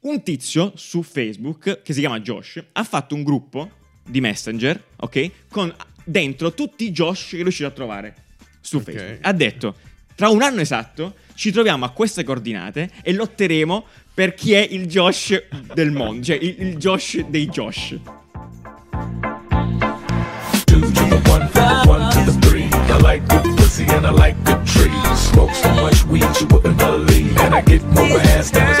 Un tizio su Facebook, che si chiama Josh, ha fatto un gruppo di Messenger, ok? Con dentro tutti i Josh che è riuscito a trovare su Ok. Facebook. Ha detto, tra un anno esatto ci troviamo a queste coordinate e lotteremo per chi è il Josh del mondo, cioè il, il Josh dei Josh. two to the one, one to the three. I like good pussy and I like good trees. Smoke so much weed you wouldn't believe, and I get more ass than a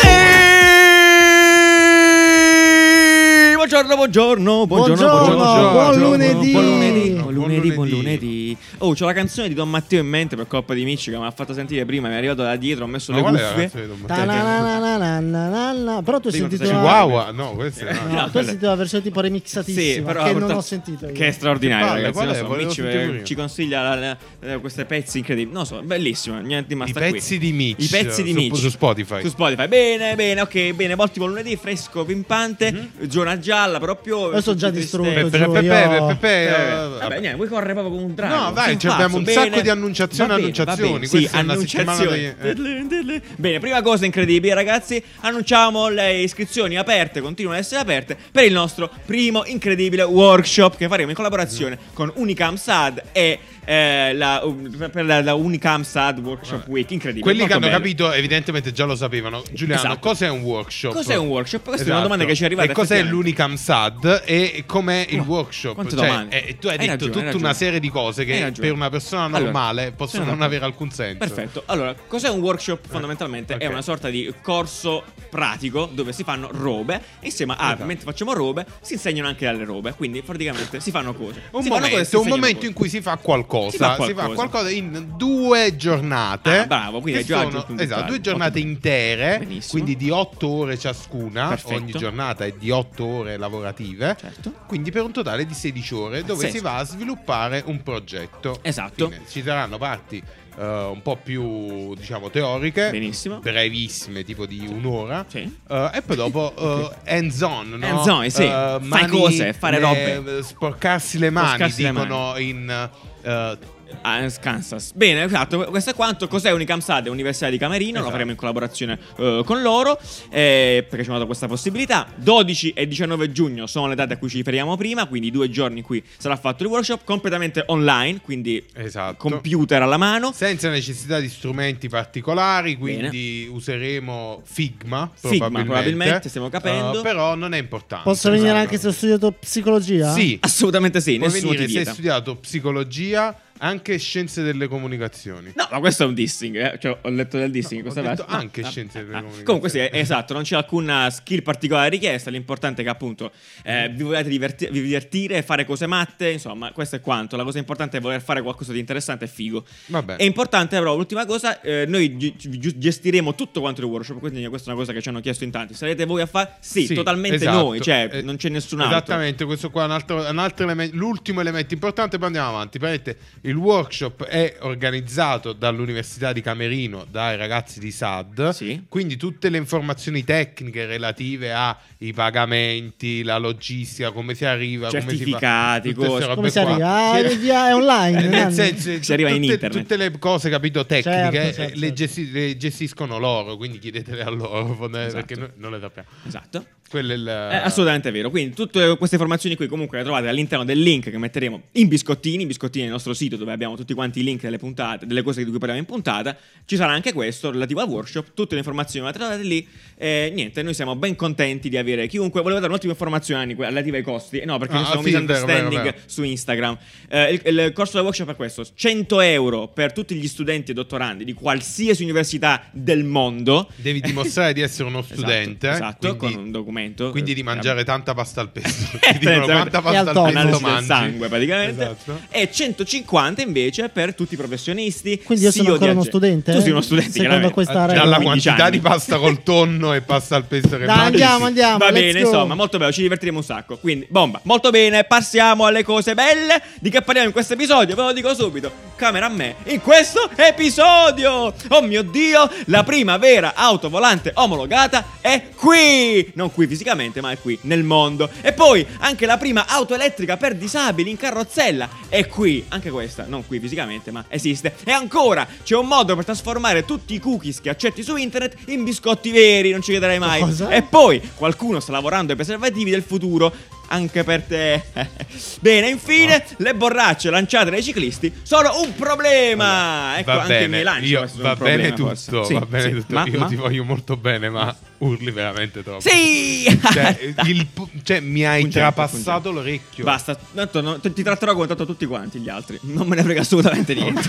Buongiorno, buongiorno, buongiorno, buongiorno, Buongiorno, buon lunedì. buon lunedì, buon Buon lunedì, buon lunedì. lunedì. Oh, c'ho la canzone di Don Matteo in mente per colpa di Michi che mi ha fatto sentire prima, mi è arrivato da dietro, ho messo Ma le qual è la cuffie. canzone di Don Matteo? Ta-na-na-na-na-na-na-na. Però tu hai Sì, non sentito sei- la... Chihuahua? No, questa è No, una- No, tu hai quella- sentito la versione tipo remixatissima Sì, però che non purtroppo- ho sentito io. Che è straordinario, Che palle, ragazzi. qual non è? so, Volevo Mitch, sentirlo eh, io. ci consiglia la- la- eh, questi pezzi incredibili. Non so, bellissimo. Niente di I sta qui. pezzi di Mitch. I pezzi di su- Mitch. Su Spotify. Su Spotify. Bene, bene, ok, bene. Voltimo lunedì, fresco, pimpante. Mhm. Giornata gialla, però piove. Io sono tutti già tristezzi. distrutto. Pe- pe- Giù, pe- io- pe- pe- pe- Eh, eh, vabbè, niente, vuoi correre proprio come un drago. No, dai, sei cioè, pazzo, abbiamo un bene. sacco di annunciazioni, Va bene, annunciazioni, va bene, questa Sì, è una annunciazioni. settimana di- eh. Bene, prima cosa incredibile, ragazzi, annunciamo le iscrizioni aperte, continuano ad essere aperte per il nostro primo incredibile workshop che faremo in collaborazione con Unicam SAD e eh, la, per la, la Unicam SAD Workshop Week. Incredibile. Quelli che molto hanno bello. capito, evidentemente già lo sapevano. Giuliano, Esatto. cos'è un workshop? Esatto. Cos'è un workshop? Questa è una domanda che ci è arrivata E cos'è effettivamente. l'Unicam SAD e com'è il Oh, workshop? quante Cioè, domande. eh, tu hai Hai ragione, detto hai tutta una ragione. serie di cose Hai che ragione. per una persona Allora, normale possono sono non d'accordo. avere alcun senso. Perfetto. Allora, cos'è un workshop? Fondamentalmente ok. è una sorta di corso pratico dove si fanno robe e insieme a Esatto. mentre facciamo robe si insegnano anche dalle robe, quindi praticamente si fanno cose. Un Si fanno cose e si momento, un insegnano momento cose. in cui si fa qualcosa, Si fa qualcosa, qualcosa. in due giornate. Ah, bravo, quindi che hai già sono- aggiunto un esatto, dettaglio. due giornate Ottimo. intere, Benissimo. quindi di otto ore ciascuna. Perfetto. Ogni giornata è di otto ore lavorative. Certo. Quindi per un totale di 16 ore dove Pazzesco. si va a sviluppare un progetto. Esatto. Fine. Ci saranno parti eh, un po' più, diciamo, teoriche. Benissimo. Brevissime, tipo di un'ora. Sì. Eh, e poi dopo eh, hands on, no? Hands on, sì. Eh, Fai mani cose, fare ne- robe. Sporcarsi le mani, Sporcarsi le dicono in... eh, Ah, Kansas. Bene, esatto. Questo è quanto. Cos'è Unicamsad? È Università di Camerino. Esatto. Lo faremo in collaborazione eh, con loro. eh, perché ci hanno dato questa possibilità. 12 e 19 giugno sono le date a cui ci riferiamo prima. Quindi due giorni in cui sarà fatto il workshop completamente online. Quindi Esatto. computer alla mano. senza necessità di strumenti particolari, quindi useremo Figma, Figma, probabilmente. probabilmente, stiamo capendo. Eh, però non è importante. Posso venire Esatto. anche se ho studiato psicologia? Sì, Assolutamente sì, puoi Ah, nessuno ti venire se hai vieta. studiato psicologia, anche scienze delle comunicazioni. No, ma questo è un dissing. eh. Cioè, ho letto del dissing. No, questa ho detto parte. anche scienze delle comunicazioni. Comunque, sì, è- esatto, non c'è alcuna skill particolare richiesta. L'importante è che, appunto, eh, vi vogliate diverti- vi divertire, fare cose matte. Insomma, questo è quanto. La cosa importante è voler fare qualcosa di interessante e figo. Vabbè. È importante, però, l'ultima cosa, eh, noi gi- gi- gestiremo tutto quanto il workshop. Quindi, questa è una cosa che ci hanno chiesto in tanti. Sarete voi a fare? Sì, totalmente esatto. noi, cioè, Eh, non c'è nessun altro. Esattamente, questo qua è un altro, un altro elemen- l'ultimo elemento importante, poi andiamo avanti. Praticamente il workshop è organizzato dall'Università di Camerino, dai ragazzi di SAD, Sì. quindi tutte le informazioni tecniche relative ai pagamenti, la logistica, come si arriva, come si fa, Certificati, tutte ste cose. robe Come si qua. arriva? Sì. Eh, Ah, via- è online, Nel Nanni. senso, Si arriva in tutte, internet. tutte le cose, capito, tecniche eh, Certo, certo, le, certo. gesti- le gestiscono loro, quindi chiedetele a loro perché Esatto. noi non le sappiamo. Esatto. Quello è il- È assolutamente vero. Quindi tutte queste informazioni qui comunque le trovate all'interno del link che metteremo in biscottini, biscottini nel nostro sito dove abbiamo tutti quanti i link delle puntate, delle cose di cui parliamo in puntata. Ci sarà anche questo relativo al workshop, tutte le informazioni le trovate lì. E niente, noi siamo ben contenti di avere chiunque. Volevo dare un'ultima informazione Anni, que- relativa ai costi. Eh, No, perché Ah, c'è stato un sì, è vero, misunderstanding vero, vero. su Instagram. Eh, il, il corso del workshop è questo: 100 euro per tutti gli studenti e dottorandi di qualsiasi università del mondo. Devi dimostrare di essere uno Esatto, studente. eh, esatto, quindi, con un documento. Quindi di Eh, mangiare tanta pasta al pesto. Eh, Ti dicono quanta esatto. E al pasta tono. al pesto analisi del mangi. sangue praticamente Esatto. e 150 invece per tutti i professionisti Quindi io sono CEO di ancora uno agen- studente, tu sei uno eh? studente Secondo chiaramente. questa Ah, regola. già Dalla da 15 quantità anni. di pasta col tonno e pasta al pesto che Dai, mangi. andiamo, andiamo. va let's bene go. insomma molto bello ci divertiremo un sacco quindi bomba molto bene passiamo alle cose belle di che parliamo in questo episodio ve lo dico subito camera a me in questo episodio oh mio dio la prima vera auto volante omologata è qui non qui fisicamente ma è qui nel mondo e poi anche la prima auto elettrica per disabili in carrozzella è qui anche questa esista, non qui fisicamente, ma esiste. E ancora c'è un modo per trasformare tutti i cookies che accetti su internet in biscotti veri, non ci crederai mai. Cosa? E poi qualcuno sta lavorando ai preservativi del futuro. Anche per te. Bene, infine, le borracce lanciate dai ciclisti sono un problema. Vabbè, ecco, va anche i miei bene, lanci io- possono va essere un bene problema, tutto, forse. va Sì, bene sì. tutto. Ma- io ma- ti voglio molto bene, ma urli veramente troppo. Sì! Cioè, il pu- cioè, mi hai Appunto, trapassato appunto. l'orecchio. Basta, tanto no- ti tratterò come ho trattato tutti quanti gli altri. Non me ne frega assolutamente niente.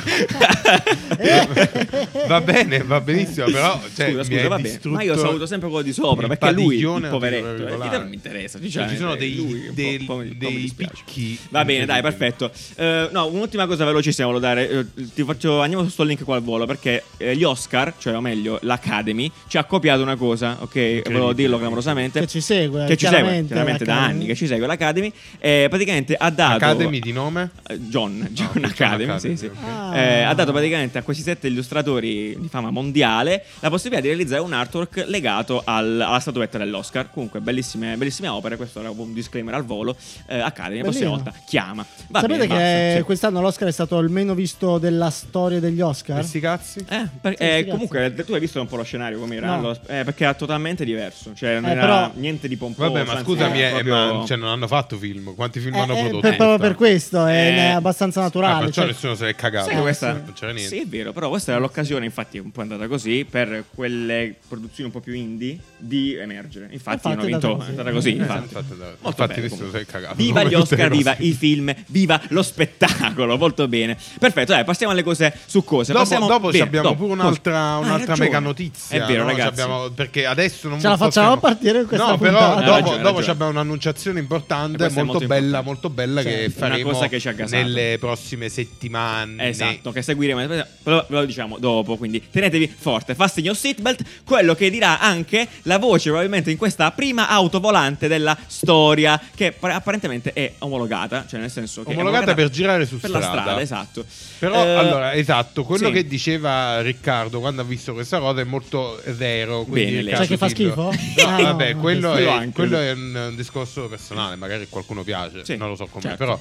Va bene, va benissimo, però cioè, Eh, scusa, mi hai scusa, va bene. distrutto Ma io saluto sempre quello di sopra, il perché lui, il padiglione poveretto, eh, regolare. che non mi interessa, Cioè, diciamo. ci sono dei, lui, un po'- po' dei, mi- po' mi dei dispiace. picchi. Va bene, dai, perfetto. Eh, no, un'ultima cosa velocissima volevo dare. Eh, ti faccio, andiamo su sto link qua al volo, perché eh, gli Oscar, cioè o meglio, l'Academy, ci ha copiato una cosa, ok? Volevo dirlo clamorosamente. Che ci segue, Che ci segue, chiaramente, chiaramente da l'Academy. anni che ci segue l'Academy. Eh, praticamente ha dato... Academy di nome? Eh, John, John John Academy, Academy, sì, sì. ok. Ah. Eh, ha dato praticamente a questi sette illustratori di fama mondiale la possibilità di realizzare un artwork legato al- alla statuetta dell'Oscar. Comunque, bellissime, bellissime opere. Questo era un disclaimer al volo. Eh, Academy, la prossima Bellino. volta chiama. Va bene, Sapete che basta, sì. quest'anno l'Oscar è stato il meno visto della storia degli Oscar? Questi cazzi? Eh, per- Sì, eh, sti cazzi. comunque tu hai visto un po' lo scenario come era No. Allo- eh, perché era totalmente diverso cioè non Eh, era però- niente di pomposo Vabbè, ma anzi, scusami, era eh, proprio- ma cioè, non hanno fatto film. Quanti film Eh, hanno eh, prodotto? per- proprio per questo è Eh. è abbastanza Ah, naturale. perciò cioè- nessuno se l'è cagato. Sai che questa- Non c'era niente. Sì, è vero, però questa era l'occasione, infatti è un po' andata così, per quelle produzioni un po' più indie di emergere. Infatti, Infatti hanno è vinto, andata è andata così, così. Eh, infatti. infatti è andata- Molto infatti bene, nessuno comunque. si è cagato, Viva come gli tutte le Oscar, viva cose. i film, viva lo spettacolo, molto bene. Perfetto, dai, passiamo alle cose su cose. Cioè, Dopo, passiamo, dopo bene, abbiamo dopo, pure cosa- un'altra, Ah, hai un'altra ragione. mega notizia. È vero, no? Ci ragazzi. abbiamo- perché adesso non Ce la possiamo- facciamo partire questa No, puntata. però Hai dopo, ragione, dopo hai abbiamo un'annunciazione importante, E questa molto, è molto bella, importante. molto bella, Sì, che una faremo cosa che ci ha gasato. nelle prossime settimane. Esatto, che seguiremo. Però Ve lo diciamo dopo, quindi tenetevi forte, fastidi your seatbelt. Quello che dirà anche la voce, probabilmente in questa prima autovolante della storia, che par- apparentemente è omologata, cioè nel senso che. è Omologata per girare su per la strada. strada, esatto. Però Eh, allora, esatto, quello sì. che diceva Riccardo quando ha visto questa roba è molto vero. quindi Bene, lei. Riccardo Cioè che fa dillo. schifo? No, Ah, vabbè, no, quello, questo è, anche. quello è un, un discorso personale, magari qualcuno piace, Sì, non lo so come, certo. però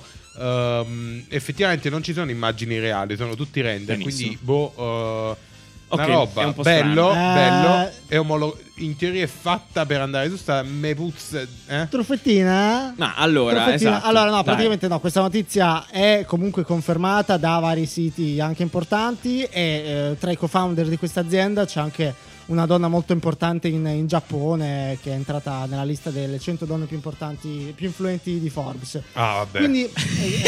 ehm, effettivamente non ci sono immagini reali, sono tutti render, Benissimo. quindi boh... eh, una Ok, è roba, un po' bello, strano. bello, Eh. è omolo- in teoria è fatta per andare su sta me puzza, eh? Truffettina? Ma allora, Truffettina. esatto. Allora, no, Dai. praticamente no, questa notizia è comunque confermata da vari siti anche importanti e eh, tra i co-founder di questa azienda c'è anche una donna molto importante in, in Giappone che è entrata nella lista delle 100 donne più importanti, più influenti di Forbes. Ah, vabbè. Quindi, eh,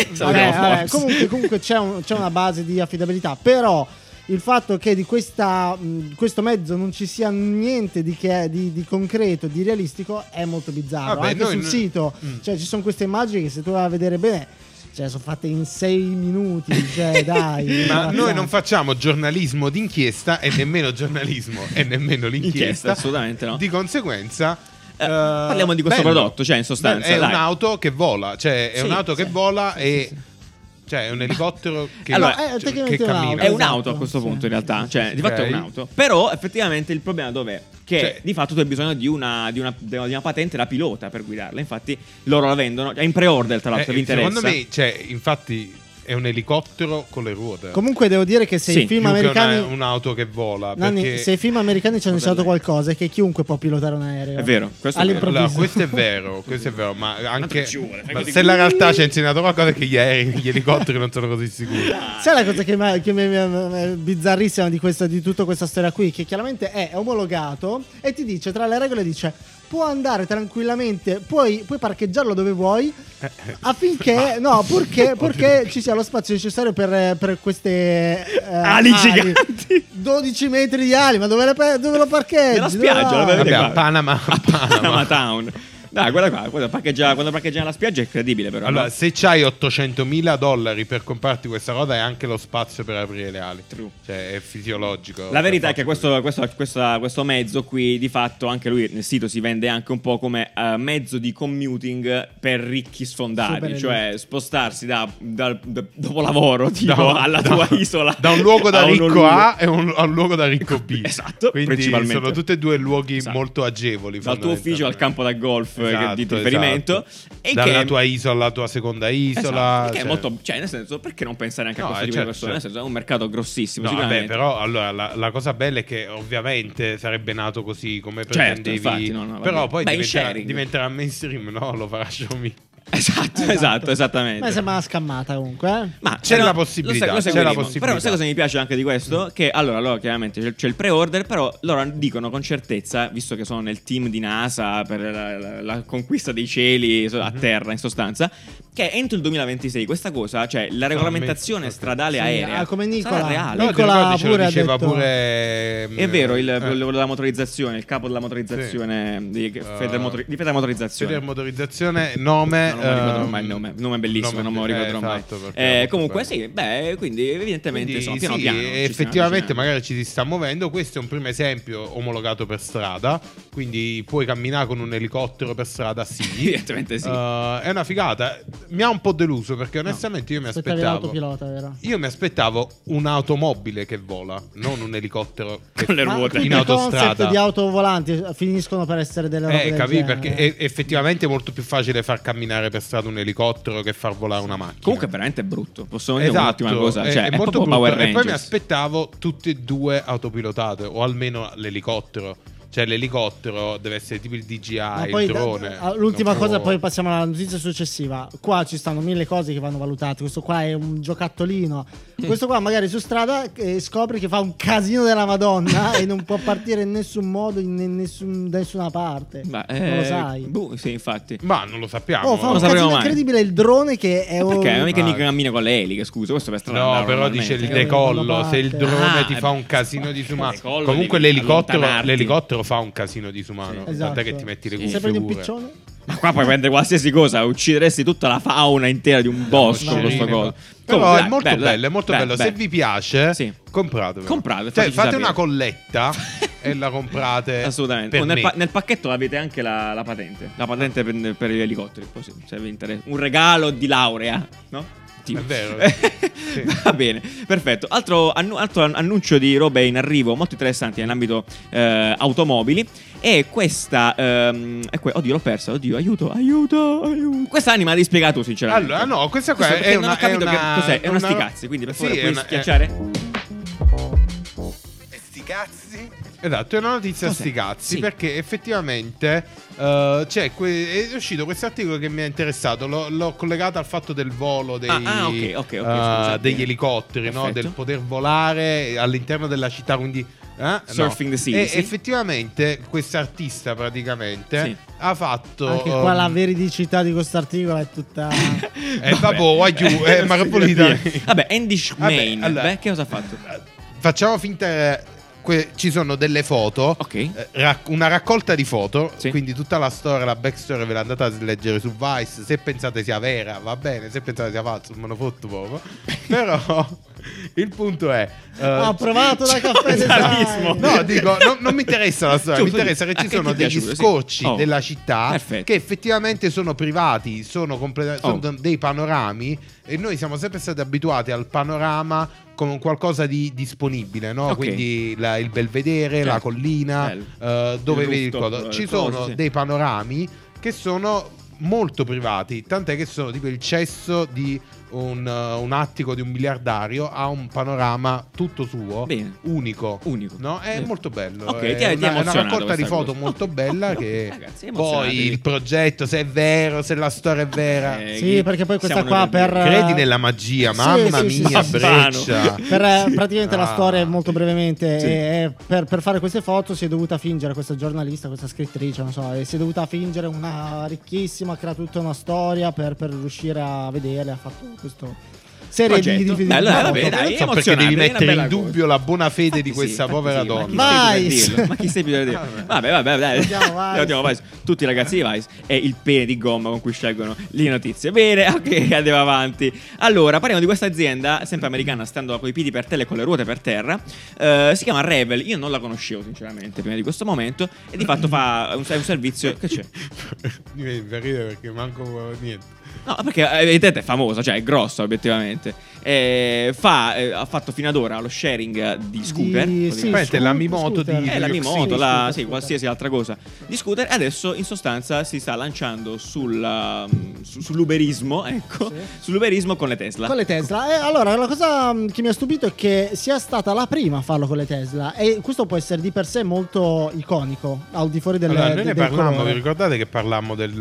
eh, Salutiamo vabbè, vabbè, Forbes. comunque, comunque c'è, un- c'è una base di affidabilità, però il fatto che di questa, mh, questo mezzo non ci sia niente di, che- di- di concreto, di realistico, è molto bizzarro. Vabbè, Anche noi sul non- sito, Mm. cioè, ci sono queste immagini che se tu vai a vedere bene, cioè, sono fatte in sei minuti, cioè, dai. Esatto. Ma noi abbastanza. non facciamo giornalismo d'inchiesta e nemmeno giornalismo e nemmeno Inchiesta, l'inchiesta. assolutamente no. Di conseguenza. Eh, parliamo di questo prodotto, cioè, in sostanza, È dai. un'auto che vola, cioè è Sì, un'auto sì, che vola e. Cioè è un elicottero che, Allora, eh, cioè, è che tecnicamente cammina. È Eh, Esatto, un'auto a questo sì. punto, in realtà. Cioè, di Ok. fatto è un'auto. Però, effettivamente, il problema dov'è? Che Cioè- di fatto tu hai bisogno di una, di, una, di una patente da pilota per guidarla. Infatti, loro la vendono. È in pre-order, tra Eh, l'altro, vi interessa. secondo me, cioè, infatti, è un elicottero con le ruote. Comunque devo dire che se Sì, i film più che una- americani... un'auto che vola. Nanni, perché... se i film americani ci hanno insegnato qualcosa è che chiunque può pilotare un aereo. È vero, questo è vero. All'improvviso. Allora, questo è vero, questo è vero, ma anche ci vuole, fai ma così. se la realtà ci ha insegnato qualcosa è che gli aerei, gli elicotteri non sono così sicuri. Sai la cosa che, mi- che mi- mi- mi- è bizzarrissima di, questa, di tutta questa storia qui? Che chiaramente è omologato e ti dice, tra le regole dice, può andare tranquillamente, puoi, puoi parcheggiarlo dove vuoi, affinché, no, purché, purché ci sia lo spazio necessario per, per queste eh, Ali giganti. 12 metri di ali, ma dove, le pe- dove lo parcheggi? Ah. Nella spiaggia, Dove lo vai? vedi? Vabbè, qua. a Panama, a Panama Panama. Town. Dai, guarda qua, guarda, parcheggia- quando parcheggia nella spiaggia è incredibile, però. Allora, no? se c'hai 800.000 dollari per comprarti questa roba, hai anche lo spazio per aprire le ali. True. Cioè, è fisiologico. La verità è che Per questo, questo- questa- questo mezzo qui, di fatto, anche lui nel sito si vende anche un po' come eh, mezzo di commuting per ricchi sfondati, Super cioè spostarsi da, dal- da- dopo lavoro tipo, Da- alla da- tua isola. Da un luogo da a uno ricco luogo. A e un, a un luogo da ricco B. Esatto, Quindi principalmente. sono tutti e due luoghi Esatto. molto agevoli. Dal tuo ufficio al fondamentalmente. campo da golf eh, di, di riferimento. esatto. E Dalla che, tua isola alla tua seconda isola. Esatto, che cioè- è molto. Cioè, nel senso, perché non pensare anche No, a questo eh, tipo certo, di persone? certo. Nel senso, è un mercato grossissimo. No, vabbè, sicuramente. però allora la, la cosa bella è che ovviamente sarebbe nato così come Certo, pretendevi. infatti, no, no, vabbè. però poi Beh, in diventerà, sharing. diventerà mainstream, no? Lo farà Xiaomi. Esatto, esatto, esattamente. Ma sembra una scammata comunque. eh. Ma C'è però- la possibilità, lo sai- lo c'è la seguiremo. possibilità. Però sai cosa mi piace anche di questo? Che allora, loro chiaramente c'è, c'è il pre-order, però loro dicono con certezza, visto che sono nel team di NASA per la, la- la conquista dei cieli so- Mhm. a terra in sostanza, che entro il 2026 questa cosa, cioè la regolamentazione ok. stradale Sì, aerea, ah, come sarà Nicola. reale. Però ti Nicola ricordi, ce lo pure ha diceva detto- pure. È vero, il, eh, quello della motorizzazione, il capo della motorizzazione di, Eh, Federmotori- di Federmotorizzazione. Feder motorizzazione, nome. No, non mi ricordo ehm, mai il nome, il nome è bellissimo, nome- non me lo eh, ricorderò mai. esatto, perché Eh, è molto comunque bello. sì, beh, quindi evidentemente Quindi, insomma, piano sì, piano. ci stiamo effettivamente avvicinando. magari ci si sta muovendo. Questo è un primo esempio omologato per strada. Quindi puoi camminare con un elicottero per strada, sì. Evidentemente sì. Eh, è una figata. Mi ha un po' deluso perché onestamente io mi Aspettavi aspettavo. l'autopilota, vero? Io mi aspettavo un'automobile che vola, non un elicottero che Con le Ma ruote. tutti in i autostrada. concept di autovolanti finiscono per essere delle robe Eh, del capì? genere. Perché è effettivamente molto più facile far camminare per strada un elicottero che far volare una macchina. Comunque è veramente brutto, posso dire Esatto, un'ottima cosa, è- cioè è è, molto proprio Power brutto. E Rangers. poi mi aspettavo tutte e due autopilotate, o almeno l'elicottero. Cioè l'elicottero deve essere tipo il DJI, Ma il poi da- drone. ah, l'ultima Non cosa, so. poi passiamo alla notizia successiva. Qua ci stanno mille cose che vanno valutate. Questo qua è un giocattolino. Mm. Questo qua, magari su strada, eh, scopri che fa un casino della Madonna e non può partire in nessun modo, in in nessun- da nessuna parte. Ma, non lo eh, sai. boh, sì, infatti. Ma non lo sappiamo. Oh, fa lo un sapremo casino mai. incredibile il drone che è un. Perché non è che ma- mica cammina con le eliche, scusa, questo per strada No, andare però dice il normalmente. Cioè, Eh, decollo. quando Se il parte. drone Ah, ti eh, fa un casino disumano. decollo Comunque devi l'elicottero, allontanarti. l'elicottero fa un casino disumano. Sì, Esatto. Tant'è che ti metti le cuffie. Sempre di un pure. piccione? Ma qua puoi prendere qualsiasi cosa, uccideresti tutta la fauna intera di un bosco con questo Mascherine, coso. no. Però Comunque, è dai, molto bello, dai, è molto dai, bello. dai. Se vi piace, Sì. compratevelo. Compratelo, Cioè, fateci fate sapere. una colletta e la comprate. Assolutamente. Per Oh, nel, me. pa- nel pacchetto avete anche la, la patente. La patente per, per gli elicotteri. Così, se vi interessa. Un regalo di laurea, no? Tipo. È vero. Sì. Va bene, perfetto. Altro, annu- altro an- annuncio di robe in arrivo molto interessanti nell'ambito eh, automobili. E questa. ehm, è que- oddio, l'ho persa. Oddio, aiuto, aiuto, aiuto. Questa anima l'hai spiegato, sinceramente. Allora, no, questa qua Cioè, Questo perché è non una- ho capito è una- che cos'è. È una, una- sticazzi. Quindi, per Sì, favore, è puoi una- è- schiacciare. Esatto, è una notizia a Cos'è? sti cazzi Sì. perché effettivamente eh, c'è que- è uscito questo articolo che mi ha interessato, l'ho, l'ho collegato al fatto del volo dei, Ah, ah, ok, ok, ok, eh, scusa. degli elicotteri, no? Perfetto. del poter volare all'interno della città, quindi... eh, no. Surfing the sea, E sì. effettivamente quest'artista praticamente Sì. ha fatto... Anche qua ehm, la veridicità di questo articolo è tutta. Eh, vabbè, vai giù, eh, Non ma si che vuol dire? capisce. Vabbè, Andy Schmein, Vabbè, allora- beh, che cosa ha fatto? eh, Facciamo finta. eh, que- ci sono delle foto. Ok. eh, rac- una raccolta di foto. Sì. Quindi tutta la storia, la backstory ve l'andate a leggere su Vice. Se pensate sia vera, va bene. Se pensate sia falso, me lo fotto poco. Però il punto è. eh, Ha provato da caffè Zarismo. design. No, dico, non, non mi interessa la storia, Giusto, mi interessa giusto. che Ah, ci che sono ti è degli piaciuto, sì. scorci Oh. della città Perfetto. che effettivamente sono privati, sono, completa- sono Oh. dei panorami e noi siamo sempre stati abituati al panorama come un qualcosa di disponibile, no? Ok. quindi la- il belvedere, Certo. la collina, Bello. eh, dove Il vedi il rooftop, coso. le Ci cose, sono sì. dei panorami che sono molto privati, tant'è che sono tipo il cesso di un, eh, un attico di un miliardario ha un panorama tutto suo, Bene. unico. Unico. No, è Sì. molto bello. Eh. Ok, è ti ha- ti ha una, è una emozionato raccolta di questa foto cosa. molto Ok, bella ok, che ragazzi, poi emozionatevi. il progetto, se è vero, se la storia è vera. Eh, Sì, perché poi questa siamo qua noi per. bambini. Credi nella magia, Sì, mamma sì, sì, mia, sì, sì. breccia. Babbano. Per, eh, praticamente la Ah. storia, molto brevemente, Sì. è- è per, per fare queste foto si è dovuta fingere questa giornalista, questa scrittrice, non so, e si è dovuta fingere una ricchissima, crea tutta una storia per, per riuscire a vederle. Ha fatto questo serie di- di, Progetto. di- di- Bello, eh, foto. va bene, dai. Non so perché emozionante, devi è una mettere bella in cosa. dubbio la buona fede di Infatti questa sì, povera infatti sì, donna. Ma chi Vai. sei tu per dirlo? Ma chi sei più per dirlo? Vabbè, vabbè, vabbè. Andiamo, vai. Andiamo, vai. Tutti i ragazzi di Vice e il pene di gomma con cui scelgono le notizie. Bene, ok, andiamo avanti. Allora, parliamo di questa azienda, sempre americana, stando coi piedi per terra e con le ruote per terra. Eh, si chiama Revel. Io non la conoscevo, sinceramente, prima di questo momento. E di fatto fa un, è un servizio. Che c'è? Mi viene da ridere perché manco niente. eh, No, perché evidentemente è famosa, cioè è grossa, obiettivamente. esattamente. Eh, fa, eh, ha fatto fino ad ora lo sharing di scooter. Di- così. sì, Praticamente scoot- la Mimoto scooter. di- Eh, la Sì, Mimoto, sì, la- scooter, sì, scooter. qualsiasi altra cosa di scooter. Adesso in sostanza si sta lanciando sulla- su- sull'uberismo, ecco, Sì. sull'uberismo con le Tesla. Con le Tesla. Eh, allora, la cosa mh, che mi ha stupito è che sia stata la prima a farlo con le Tesla. E questo può essere di per sé molto iconico, al di fuori del, Allora, del- noi ne del parlammo, vi colore. ricordate che parlammo del-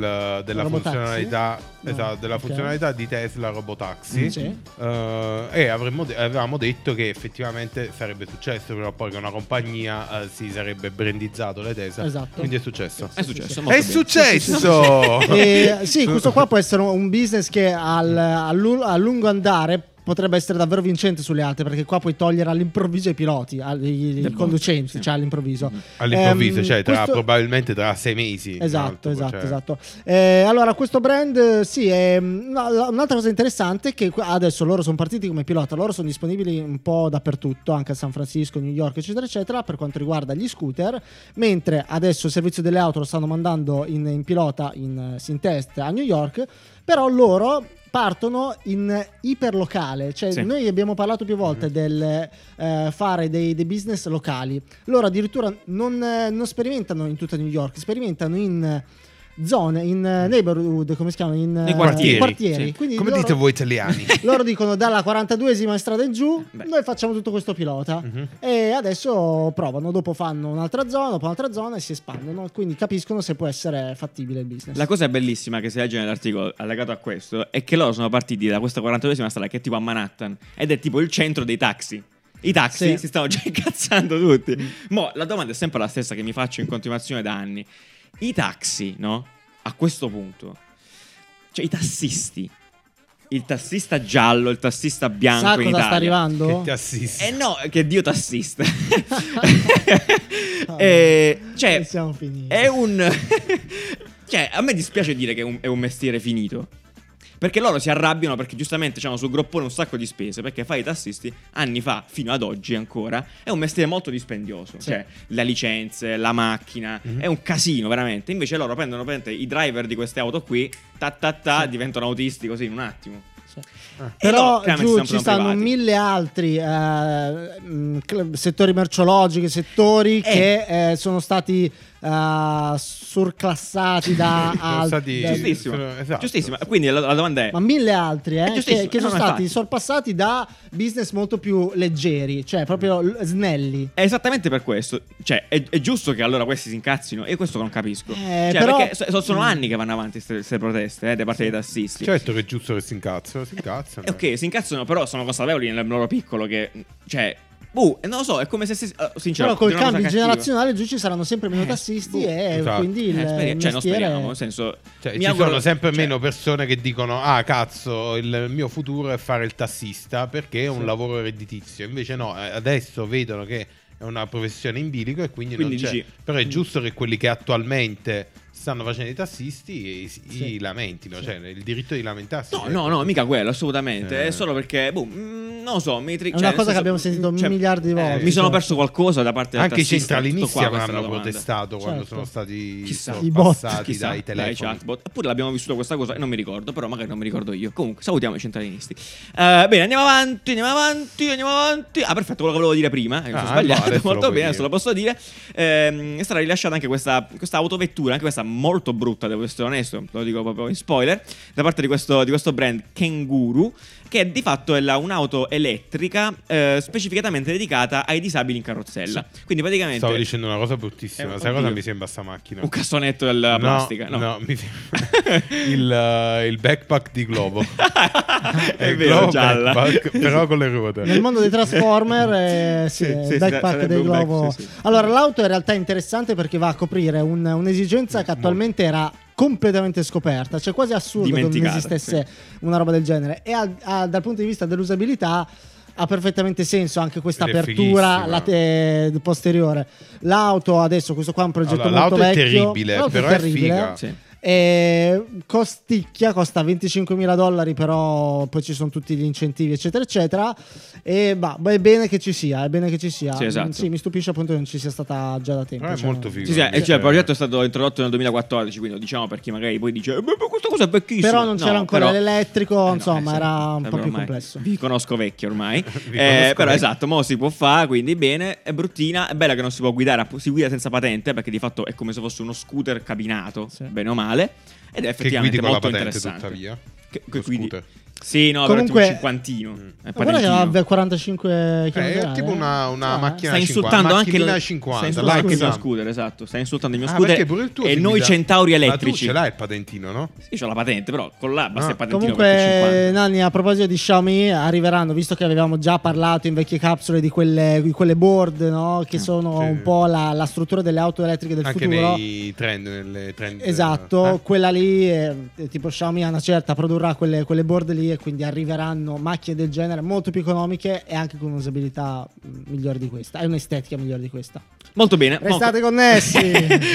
della, Robotaxi? funzionalità, No. esatto, della Ok. funzionalità di Tesla Robotaxi? Mm, sì. Eh, e avremmo de- avevamo detto che effettivamente sarebbe successo prima o poi che una compagnia eh, si sarebbe brandizzato le Tesla. Esatto. Quindi è successo. È successo. molto È bene. successo! Eh, sì, questo qua può essere un business che al- a, lu- a lungo andare potrebbe essere davvero vincente sulle altre, perché qua puoi togliere all'improvviso i piloti, ai- i, Del conducenti, sì. cioè all'improvviso. All'improvviso, Ehm, cioè tra- questo- probabilmente tra sei mesi. Esatto, un altro, esatto, cioè. esatto. Eh, allora, questo brand, eh, sì, è, mm, no, la- un'altra cosa interessante è che qu- adesso loro sono partiti come pilota, loro sono disponibili un po' dappertutto, anche a San Francisco, New York, eccetera, eccetera, per quanto riguarda gli scooter, mentre adesso il servizio delle auto lo stanno mandando in, in pilota, in, eh, in test a New York, però loro partono in iperlocale, cioè Sì. noi abbiamo parlato più volte del eh, fare dei, dei business locali, loro addirittura non, eh, non sperimentano in tutta New York, sperimentano in eh, zone, in eh, neighborhood, come si chiama? In, eh, quartieri. Sì. Quindi Come loro, dite voi italiani? loro dicono dalla 42esima strada in giù, Eh, Beh. Mm. noi facciamo tutto questo pilota Mhm. e adesso provano, dopo fanno un'altra zona, dopo un'altra zona e si espandono, quindi capiscono se può essere fattibile il business. La cosa bellissima che si legge nell'articolo allegato a questo è che loro sono partiti da questa 42esima strada che è tipo a Manhattan ed è tipo il centro dei taxi. I taxi Sì. Mm. si stanno già incazzando tutti. Mo, la domanda è sempre la stessa che mi faccio in continuazione da anni. I taxi, no? A questo punto, cioè i tassisti, il tassista giallo, il tassista bianco Sa in cosa sta Italia. arrivando? che ti assisti. Eh no, che Dio tassista. Eh, cioè, E Ah, siamo finiti. è un... cioè, a me dispiace dire che è un, è un mestiere finito. Perché loro si arrabbiano perché giustamente hanno sul groppone un sacco di spese. Perché fare i tassisti anni fa, fino ad oggi ancora, è un mestiere molto dispendioso. Sì. Cioè, le licenze, la macchina, Mhm. è un casino veramente. Invece loro prendono praticamente i driver di queste auto qui, ta ta ta, diventano autisti così in un attimo. Sì. Eh, E loro Però chiaramente giù sono ci stanno privati. mille altri eh, mh, cl- settori merceologici, settori che eh, sono stati eh, surclassati da Sono altri. stati- da- Sì, Giustissimo. sono- esatto. Giustissimo. Quindi la, la domanda è: Ma mille altri eh, È giustissimo, che, che no, sono no, stati infatti. sorpassati da business molto più leggeri, cioè proprio l- snelli. È esattamente per questo. Cioè, è, è giusto che allora questi si incazzino. E questo non capisco. Eh, cioè, però- perché so- so- sono Mm. Cioè, anni che vanno avanti queste proteste eh, da parte dei tassisti. Certo che è giusto che si incazzano, si incazzano. Eh, ok, si incazzano, però sono consapevoli nel loro piccolo che. Cioè. Boh, non lo so, è come se stessi. eh, Però Sinceramente. col dirò una cambio cosa cattiva. generazionale giù ci saranno sempre meno Eh, tassisti boh, e esatto. quindi il Eh, speri- cioè, non mestiere- speriamo. Nel senso. Cioè, mi ci auguro- sono sempre cioè, meno persone che dicono: Ah, cazzo, il mio futuro è fare il tassista perché è un Sì. lavoro redditizio. Invece no, eh, adesso vedono che è una professione in bilico e quindi, Quindi non c'è. dici- Mm. Però è giusto che quelli che attualmente stanno facendo i tassisti eh, si- Sì. i lamentino, Sì. cioè il diritto di lamentarsi. No, no, no, mica quello, assolutamente. Eh. È solo perché, boh, mm, non lo so, mi tri- È cioè, una nel cosa che senso- abbiamo sentito cioè, miliardi di eh, volte. mi sono cioè. perso qualcosa da parte del Anche i tassista, centralinisti tutto qua, questa è la avranno domanda. protestato quando Certo. sono stati Chissà. I bot. passati Chissà, dai telefoni. chatbot. Eppure l'abbiamo vissuta questa cosa e non mi ricordo, però magari non mi ricordo io. Comunque, salutiamo i centralinisti. Eh, bene, andiamo avanti, andiamo avanti, andiamo avanti. Ah, perfetto, quello che volevo dire prima. Che mi Ah, sono no, sbagliato. adesso lo molto puoi bene, dire. adesso lo posso dire. Ehm, sarà rilasciata anche questa, questa autovettura, anche questa molto brutta, devo essere onesto, lo dico proprio in spoiler, da parte di questo, di questo brand Kenguru, che di fatto è la- un'auto elettrica eh, specificatamente dedicata ai disabili in carrozzella. Quindi praticamente... Stavo dicendo una cosa Eh, bruttissima. Sai cosa oddio. mi sembra sta macchina? Un cassonetto della No, plastica, no? mi sembra il, eh, il backpack di Globo. è Il vero, Globo gialla. backpack, però con le ruote. Nel mondo dei Transformer, eh, sì, Sì, il sì, backpack sarebbe del un back- globo. sì, sì. Allora, l'auto in realtà è interessante perché va a coprire un- un'esigenza che attualmente era completamente scoperta, cioè quasi assurdo che non Dimenticata, esistesse una roba del genere. E al- a- dal punto di vista dell'usabilità ha perfettamente senso anche questa Ed è apertura fighissima. late- posteriore. L'auto adesso, questo qua è un progetto Allora, molto l'auto è vecchio. terribile, L'auto però è figa. Sì. E costicchia, costa 25.000 dollari, però poi ci sono tutti gli incentivi, eccetera, eccetera. E bah, beh, è bene che ci sia, è bene che ci sia. Sì, esatto. Mm, mi stupisce appunto che non ci sia stata già da tempo. Però Eh, è cioè- molto figo. Sì, sì, e invece. cioè, il progetto è stato introdotto nel 2014, quindi lo diciamo perché magari poi dice "Eh, beh, beh, questa cosa è vecchissima. Però non c'era ancora però- l'elettrico, no, insomma, eh, era sì, un po' ormai più complesso. Vi conosco vecchi ormai. Vi Eh, conosco però vecchi. esatto, mo si può fare, quindi bene, è bruttina, è bella che non si può guidare, si guida senza patente perché di fatto è come se fosse uno scooter cabinato, Sì. bene o male, ed è Che guidi effettivamente con la molto patente, interessante. tuttavia. Che, che Lo guidi- scooter. Mm. Sì, no, Comunque- però è tipo un cinquantino. È Ma Guarda che patentino. aveva 45 km. Eh, è tipo una, una macchina Sta insultando anche la il, 50, sta insultando anche il mio Lights Up. scooter, esatto. Sta insultando il mio Ah, scooter perché pure il tuo e si noi guida- centauri Ma tu elettrici. ce l'hai il patentino, no? Io ho la patente, però con la basta Ah. il patentino perché Comunque, 50. Nanni, a proposito di Xiaomi, arriveranno, visto che avevamo già parlato in vecchie capsule di quelle, di quelle board, no? che Ah, sono Eh, sì. un po' la, la struttura delle auto elettriche del Anche futuro. nei trend, nelle trend Esatto, eh? quella lì, eh, tipo Xiaomi a una certa produrrà quelle, quelle board lì e quindi arriveranno macchine del genere molto più economiche e anche con un'usabilità mh, migliore di questa, e un'estetica migliore di questa. Molto bene. Restate molto- connessi.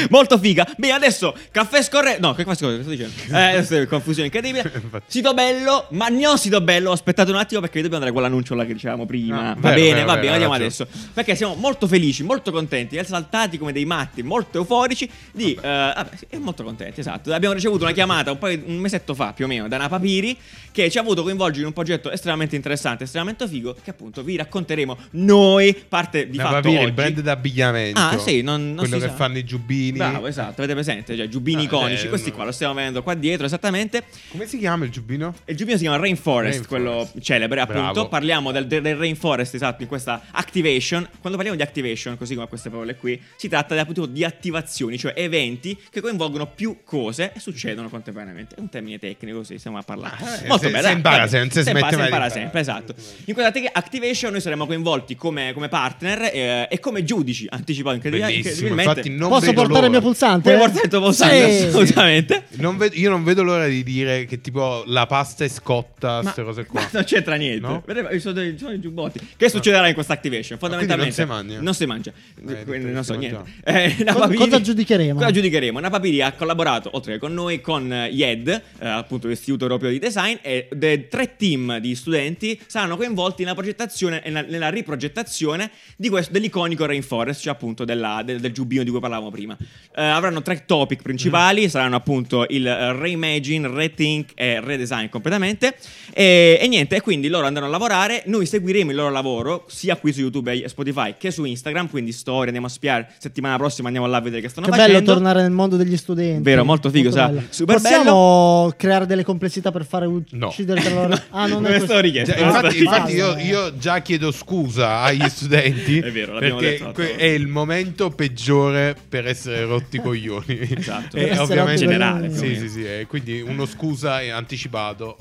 molto figa. Beh, adesso caffè scorre. No, che caffè scorre, sto dicendo. Eh, adesso è confusione incredibile. Infatti. Sito bello, ma no, sito bello. Aspettate un attimo perché dobbiamo andare con l'annuncio là che dicevamo prima. Ah, va bene, vero, vero, va vero, bene, andiamo hai adesso. Perché siamo molto felici, molto contenti, esaltati come dei matti, molto euforici di eh, vabbè, sì, e molto contenti, esatto. Abbiamo ricevuto una chiamata un, paio- un mesetto fa più o meno da Napa Papiri che ci ha avuto coinvolgere in un progetto estremamente interessante, estremamente figo che appunto vi racconteremo noi parte di No, fatto va bene, oggi. il brand d'abbigliamento. Ah, sì, non, non Quello si che sa. fanno i giubbini. Bravo, esatto, avete presente, cioè giubbini Ah, iconici, eh, questi no. qua lo stiamo vedendo qua dietro esattamente. Come si chiama il giubbino? E Il giubbino si chiama Rainforest, Rainforest. quello celebre appunto. Bravo. Parliamo del, del Rainforest, esatto, in questa activation. Quando parliamo di activation, così come queste parole qui, si tratta di, appunto di attivazioni, cioè eventi che coinvolgono più cose e succedono contemporaneamente. È un termine tecnico, così stiamo a parlare. Ah, eh, Molto se- bene. se dai, impara dai. sempre, si smette impara- mai di impara sempre, imparare. esatto. In quella tec- activation noi saremo coinvolti come, come partner eh, e come giudici, anticipato incredibil- Bellissimo. incredibilmente. Infatti, non Posso vedo portare l'ora. il mio pulsante? Puoi portare il tuo pulsante, Sì. assolutamente. Non ved- io non vedo l'ora di dire che tipo la pasta è scotta, Ma- certo, queste cose qua. ma non c'entra niente. No? Ah. Vedremo, ci sono, dei- ci sono i giubbotti. Che succederà in questa activation? Fondamentalmente, quindi non si mangia? non si mangia. Eh, Quindi non so si niente. mangia. Eh, Co- Napapiri- cosa giudicheremo? Cosa giudicheremo? Napapiri ha collaborato, oltre che con noi, con eh, IED, eh, appunto l'Istituto Europeo di Design, e de- tre team di studenti saranno coinvolti nella progettazione e na- nella riprogettazione di questo- dell'iconico Rainforest, cioè appunto della- del, del giubbino di cui parlavamo prima. Eh, avranno tre topic Mm. principali, saranno appunto il eh, reimagine, rethink e redesign completamente. E, e niente, e quindi loro andranno a lavorare, noi seguiremo il loro lavoro sia qui su YouTube e Spotify che su Instagram, quindi storie, andiamo a spiare, settimana prossima andiamo là a vedere che stanno Che facendo. bello tornare nel mondo degli studenti. Vero, molto figo, sa. bello. Super Possiamo creare delle complessità per fare uc- No. uccidere tra loro? Ah, non non è è questo. stato richiesto. Cioè, non è stato infatti, richiesto. infatti io, io già chiedo scusa agli studenti È vero, l'abbiamo perché detto l'altra que- volta. è il momento peggiore per essere rotti i coglioni. Esatto. E Per essere ovviamente rotti i coglioni. Sì, sì, sì, e quindi uno scusa è anticipato.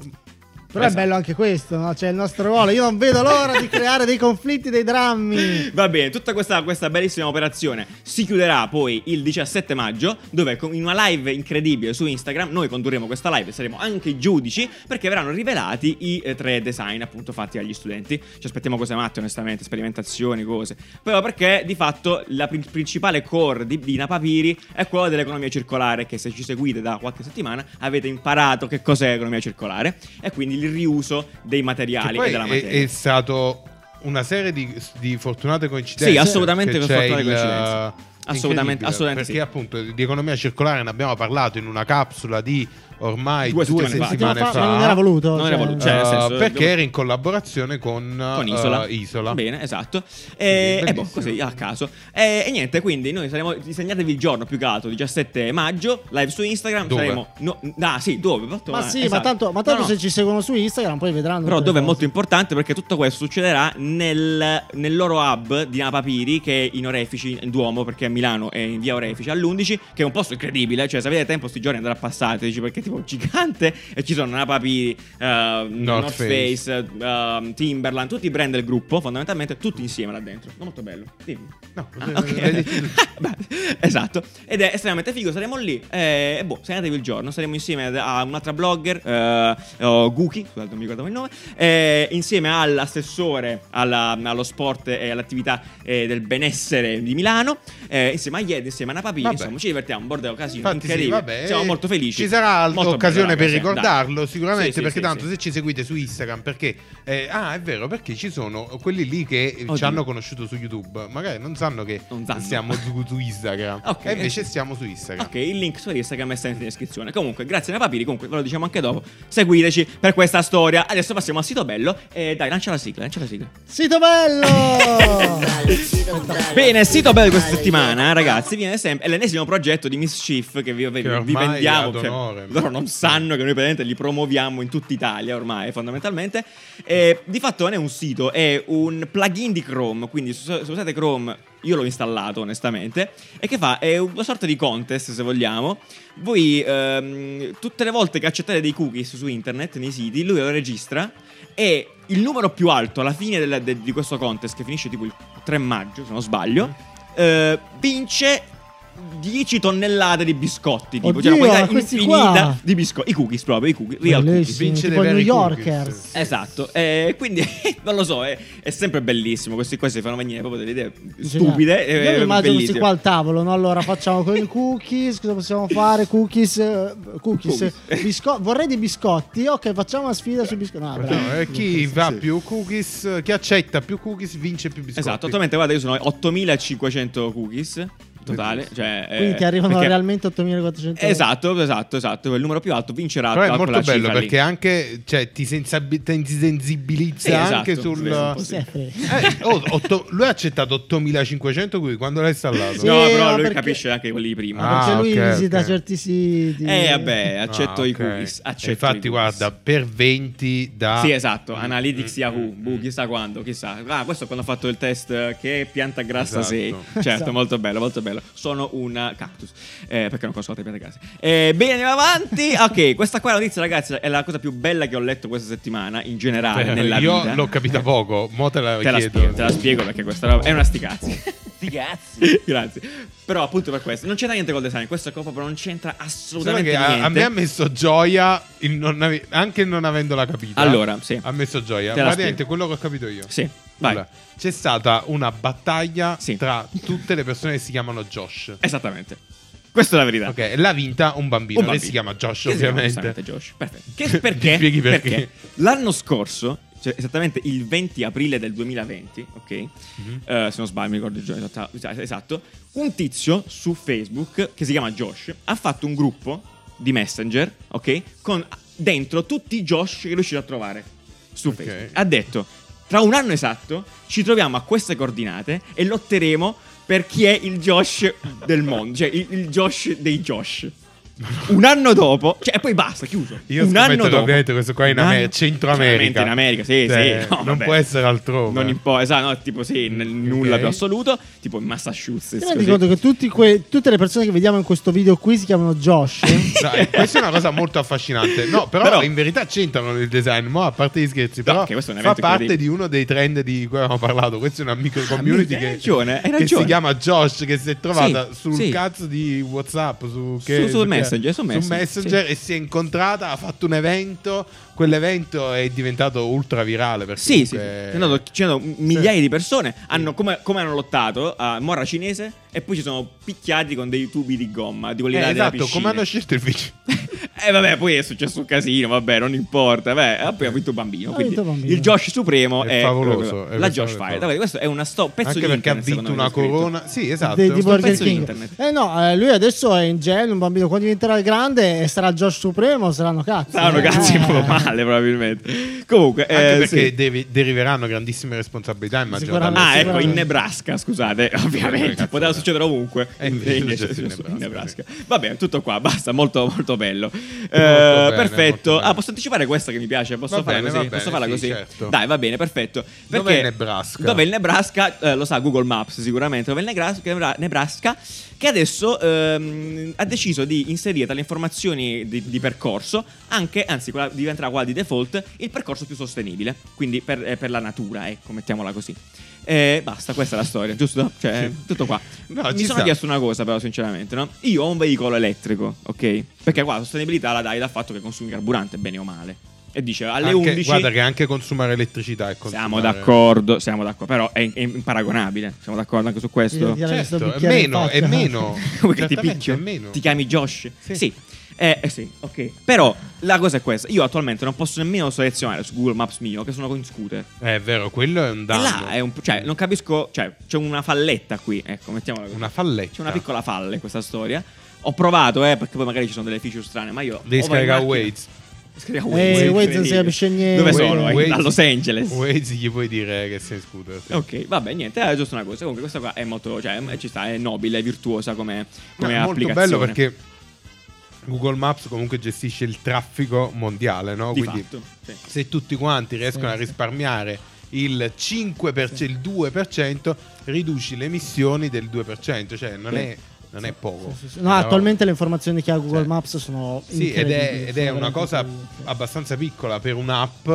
Però è bello anche questo, no? Cioè il nostro ruolo. Io non vedo l'ora di creare dei conflitti, dei drammi. Va bene, tutta questa, questa bellissima operazione si chiuderà poi il 17 maggio, dove con- in una live incredibile su Instagram noi condurremo questa live e saremo anche i giudici perché verranno rivelati i eh, tre design appunto fatti agli studenti. Ci aspettiamo cose matte, onestamente, sperimentazioni, cose. Però perché di fatto la prin- principale core di, di Napapiri è quella dell'economia circolare, che se ci seguite da qualche settimana avete imparato che cos'è economia circolare e quindi il riuso dei Che materiali poi e della è, materia. è stato una serie di, di fortunate coincidenze. Sì, assolutamente che c'è fortunate il- coincidenze. Assolutamente- incredibile, assolutamente Perché sì. appunto di economia circolare ne abbiamo parlato in una capsula di ormai Due due, settimane fa. settimane Settimana fa. fa, ma non era voluto, Non era cioè- voluto, cioè, nel Eh, senso, perché dobbiamo- era in collaborazione con, con Isola. eh, Isola. Bene, esatto. E, Quindi, e boh, bellissimo. così a caso. Eh, E, e niente, quindi noi saremo. Disegnatevi il giorno più che altro, 17 maggio, live su Instagram. Dove? Saremo. no- ah, sì, dove? Ma sì, ma Esatto. tanto, ma tanto No, no. se ci seguono su Instagram poi vedranno. Però tutte dove è le molto cose. importante perché tutto questo succederà nel, nel loro hub di Napapiri che è in Orefici, in Duomo perché a Milano è in via Orefici all'11 che è un posto incredibile, cioè se avete tempo sti giorni andrà a passate, dici, perché è tipo gigante e ci sono Napapiri, eh, North, Face, Face. eh, Timberland, tutti i brand del gruppo fondamentalmente tutti insieme là dentro, molto bello. Dimmi. No, Ah, eh, ok. l'hai detto tu. Beh, esatto. Ed è estremamente figo. Saremo lì. eh, E boh, segnatevi il giorno. Saremo insieme ad- a un'altra blogger, eh, oh, Guki. Scusate, non mi ricordavo il nome. eh, insieme all'assessore alla- allo sport e all'attività eh, del benessere di Milano. eh, eh, insieme a Yed, insieme a Napapini, Vabbè. insomma ci divertiamo, un bordello casino eh, Infatti, sì, incredibile, vabbè, siamo eh, molto felici. Ci sarà Molto l'occasione per bella la cosa, ricordarlo, dai. sicuramente. Sì, sì, perché sì, tanto sì. se ci seguite su Instagram, perché eh, ah, è vero, perché ci sono quelli lì che eh, ci Oddio. hanno conosciuto su YouTube. Magari non sanno che Non sanno. siamo su, su Instagram. Ok. E invece siamo su Instagram. Ok, Ah, il link su Instagram è sempre in descrizione. Comunque, grazie a Napapini, comunque ve lo diciamo anche dopo. Seguiteci per questa storia. Adesso passiamo al sito bello e dai, lancia la sigla, lancia la sigla. Sito bello! Bene, sito bello di questa settimana, ragazzi, viene sempre è l'ennesimo progetto di Mischief che vi, vi- vi ormai vendiamo. ad cioè, onore. loro non sanno che noi praticamente li promuoviamo in tutta Italia ormai, fondamentalmente. E, di fatto non è un sito, è un plugin di Chrome, quindi se se usate Chrome... Io l'ho installato onestamente e che fa? È una sorta di contest se vogliamo. Voi ehm, tutte le volte che accettate dei cookies su internet, nei siti, lui lo registra e il numero più alto alla fine della- de- di questo contest, che finisce tipo il 3 maggio se non Mm. sbaglio, eh, vince 10 tonnellate di biscotti. Tipo, Oddio, cioè una ma quantità questi infinita qua. di biscotti. I cookies proprio, i cookies. Real cookies. Bellissimi, Vince tipo dei New veri Yorkers. cookies. Esatto, eh, quindi non lo so, è, è sempre bellissimo. Questi qua si fanno venire proprio delle idee stupide. Io eh, mi immagino questi bellissime. qua al tavolo, no? Allora facciamo con i cookies, cosa possiamo fare? Cookies, eh, cookies, Cookies. bisco- vorrei dei biscotti. Ok, facciamo una sfida sui biscotti. No, bravo. No, eh, chi va più cookies, chi accetta più cookies, vince più biscotti. Esatto, attualmente guarda, io sono 8500 cookies totale. Cioè, eh, Quindi ti arrivano perché- realmente 8400 euro. Esatto, esatto, esatto. Il numero più alto vincerà. Però è quella molto bello cifra lì. perché anche cioè, ti, sensabi- ti sensibilizza Sì, esatto, anche sì, un po' sì. sul. Se frega. Eh, oh, otto- lui ha accettato 8500 qui quando l'ha installato. Sì, No, ma però lui perché- capisce anche quelli di prima. Ah, Perché lui ok, visita ok. certi siti. Eh, vabbè, accetto Ah, i ok. cookies. Accetto i Infatti, cookies. guarda, per 20 da. Sì, esatto, Analytics Mm, Yahoo, mm, boh, mm. chissà quando, chissà. Ah, questo è quando ho fatto il test eh, che pianta grassa Esatto. sei. Certo, Esatto. molto bello, molto bello. Sono un cactus, eh, perché non conosco le piante grasse. Eh, bene, andiamo avanti. ok, questa qua è la notizia, ragazzi, è la cosa più bella che ho letto questa settimana, in generale, Cioè, Ah, nella io vita. l'ho capita poco, mo te la Te la, chiedo. spiego, te la spiego perché questa roba è una sticazzi. Sticazzi. Grazie. Però appunto per questo, non c'entra niente col design, questo copo proprio non c'entra Solo assolutamente che a, niente. a me ha messo gioia il non ave- anche non avendola capita. eh. Allora, sì. Ha messo gioia. Te la Praticamente spiego. quello che ho capito io. Sì, vai. Allora, C'è stata una battaglia Sì. tra tutte le persone che si chiamano Josh. Esattamente. Questa è la verità. Ok, e l'ha vinta un bambino, Un che bambino. si chiama Josh Che si chiama ovviamente. giustamente Josh. Perfetto. Che- perché? Ti spieghi perché? L'anno scorso, cioè esattamente il 20 aprile del 2020, ok? Mhm. Eh, se non sbaglio, mi ricordo il giorno esatto- esatto, esatto. Un tizio su Facebook che si chiama Josh ha fatto un gruppo di Messenger, ok? Con dentro tutti i Josh che è riuscito a trovare su Ok. Facebook. Ha detto: Tra un anno esatto ci troviamo a queste coordinate e lotteremo per chi è il Josh del mondo, cioè il, il Josh dei Josh. Un anno dopo, cioè, e poi basta, chiuso. Io un anno scommetto che dopo. ovviamente questo qua è in Un Amer- anno- Centro Chiaramente America. In America, sì, Cioè, sì. no, non vabbè. può essere altrove. Non impo- esatto, no, tipo sì, nel- nulla Ok. più assoluto, tipo in Massachusetts. Ti rendi così. conto che tutti que- tutte le persone che vediamo in questo video qui si chiamano Josh? Dai, eh, questa è una cosa molto affascinante. No, però, Però- in verità c'entrano nel design. Mo, a parte gli scherzi, però che questo è un fa evento parte incredibile. Ah, di uno dei trend di cui avevamo parlato. Questa è una micro community hai che, ragione, hai che ragione. si chiama Josh, che si è trovata Sì, sul sì. cazzo di WhatsApp, su, che, Su- su Messenger, su Messenger, Messenger, e si è incontrata, ha fatto un evento. Quell'evento è diventato ultra virale. Perché Sì, sì, comunque- ci sono- ci sono migliaia di persone. Hanno, come, come hanno lottato a Morra cinese e poi ci sono picchiati con dei tubi di gomma, di quelli Eh, là della esatto, come piscina. hanno scelto il video? E Eh, vabbè, poi è successo un casino, vabbè, non importa. Vabbè, e poi ha vinto un bambino. Ha quindi vinto un bambino. Il Josh Supremo È è, favoloso, quello- è la questo Josh è Fight. favoloso. Vabbè, questo è una sto- pezzo Anche di perché ha internet, vinto secondo me, una che ho scritto. corona. Sì, esatto. Dei- è un di sto Burger pezzo di King. internet. Eh no, eh, lui adesso è in gel, un bambino. Quando diventerà grande e sarà Josh Supremo, saranno cazzi. Stavano Eh. cazzi un po' male, probabilmente. Comunque, Anche eh, perché sì. devi- deriveranno grandissime responsabilità, immagino. Sicuramente. dalla- Ah, ecco, in Sicuramente. Nebraska, scusate, Eh, ovviamente. cazzo, Poteva eh. succedere ovunque. Eh, E invece invece è successo in successo in Nebraska, Nebraska. Va bene, tutto qua, basta, molto molto bello. Eh, bene, perfetto. molto bene. Ah, posso anticipare questa che mi piace? Posso Va farla bene, così? va posso bene, farla sì, così? certo. Dai, va bene, perfetto. Dov'è Perché il Nebraska? Dov'è il Nebraska? Eh, lo sa Google Maps sicuramente. Dov'è il Nebraska? Nebraska che adesso ehm, ha deciso di inserire tra le informazioni di, di percorso anche, anzi, quella- diventerà quella di default, il percorso più sostenibile. Quindi per, eh, per la natura, ecco, mettiamola così. Eh, basta, questa è la storia, giusto? Cioè, tutto qua. No, Mi ci sono sta. chiesto una cosa, però, sinceramente, no? Io ho un veicolo elettrico, ok? Perché qua la sostenibilità la dai dal fatto che consumi carburante, bene o male. e dice alle Anche- 11 Guarda che anche consumare elettricità è consumare... siamo d'accordo, siamo d'accordo, però è, è imparagonabile, siamo d'accordo anche su questo. Io- io- Adesso Certo, è bicchiere in meno, è faccia. meno. Vuoi che ti Certamente, picchio? è meno. Ti chiami Josh? Sì. Eh, eh sì, ok. Però la cosa è questa, io attualmente non posso nemmeno selezionare su Google Maps mio che sono con scooter. Eh, È vero, quello è un E danno. là è un cioè non capisco, cioè c'è una falletta qui, ecco, mettiamola così. Una falletta. C'è una piccola falle in questa storia. Ho provato, eh, perché poi magari ci sono delle feature strane, ma io o vado Oh, Devi in scaricare macchina- Waze. Scriviamo Eh, Waze non si incredibile. capisce niente. Dove Waze- sono? Waze- A Los Angeles. Waze gli puoi dire che sei in scooter. sì. Ok, vabbè, niente, è giusto una cosa. Comunque questa qua è molto, cioè, è- ci sta, è nobile, è virtuosa come, No, come è molto applicazione. bello perché Google Maps comunque gestisce il traffico mondiale, no? di Quindi fatto, sì. se tutti quanti riescono a risparmiare il 5%, il 2%, riduci le emissioni del 2%, cioè non Sì. è non è poco. Sì, sì, sì. No, attualmente le informazioni che ha Google Cioè, Maps sono Sì, ed è, incredibili, sono ed è una veramente cosa incredibili, sì. abbastanza piccola per un'app.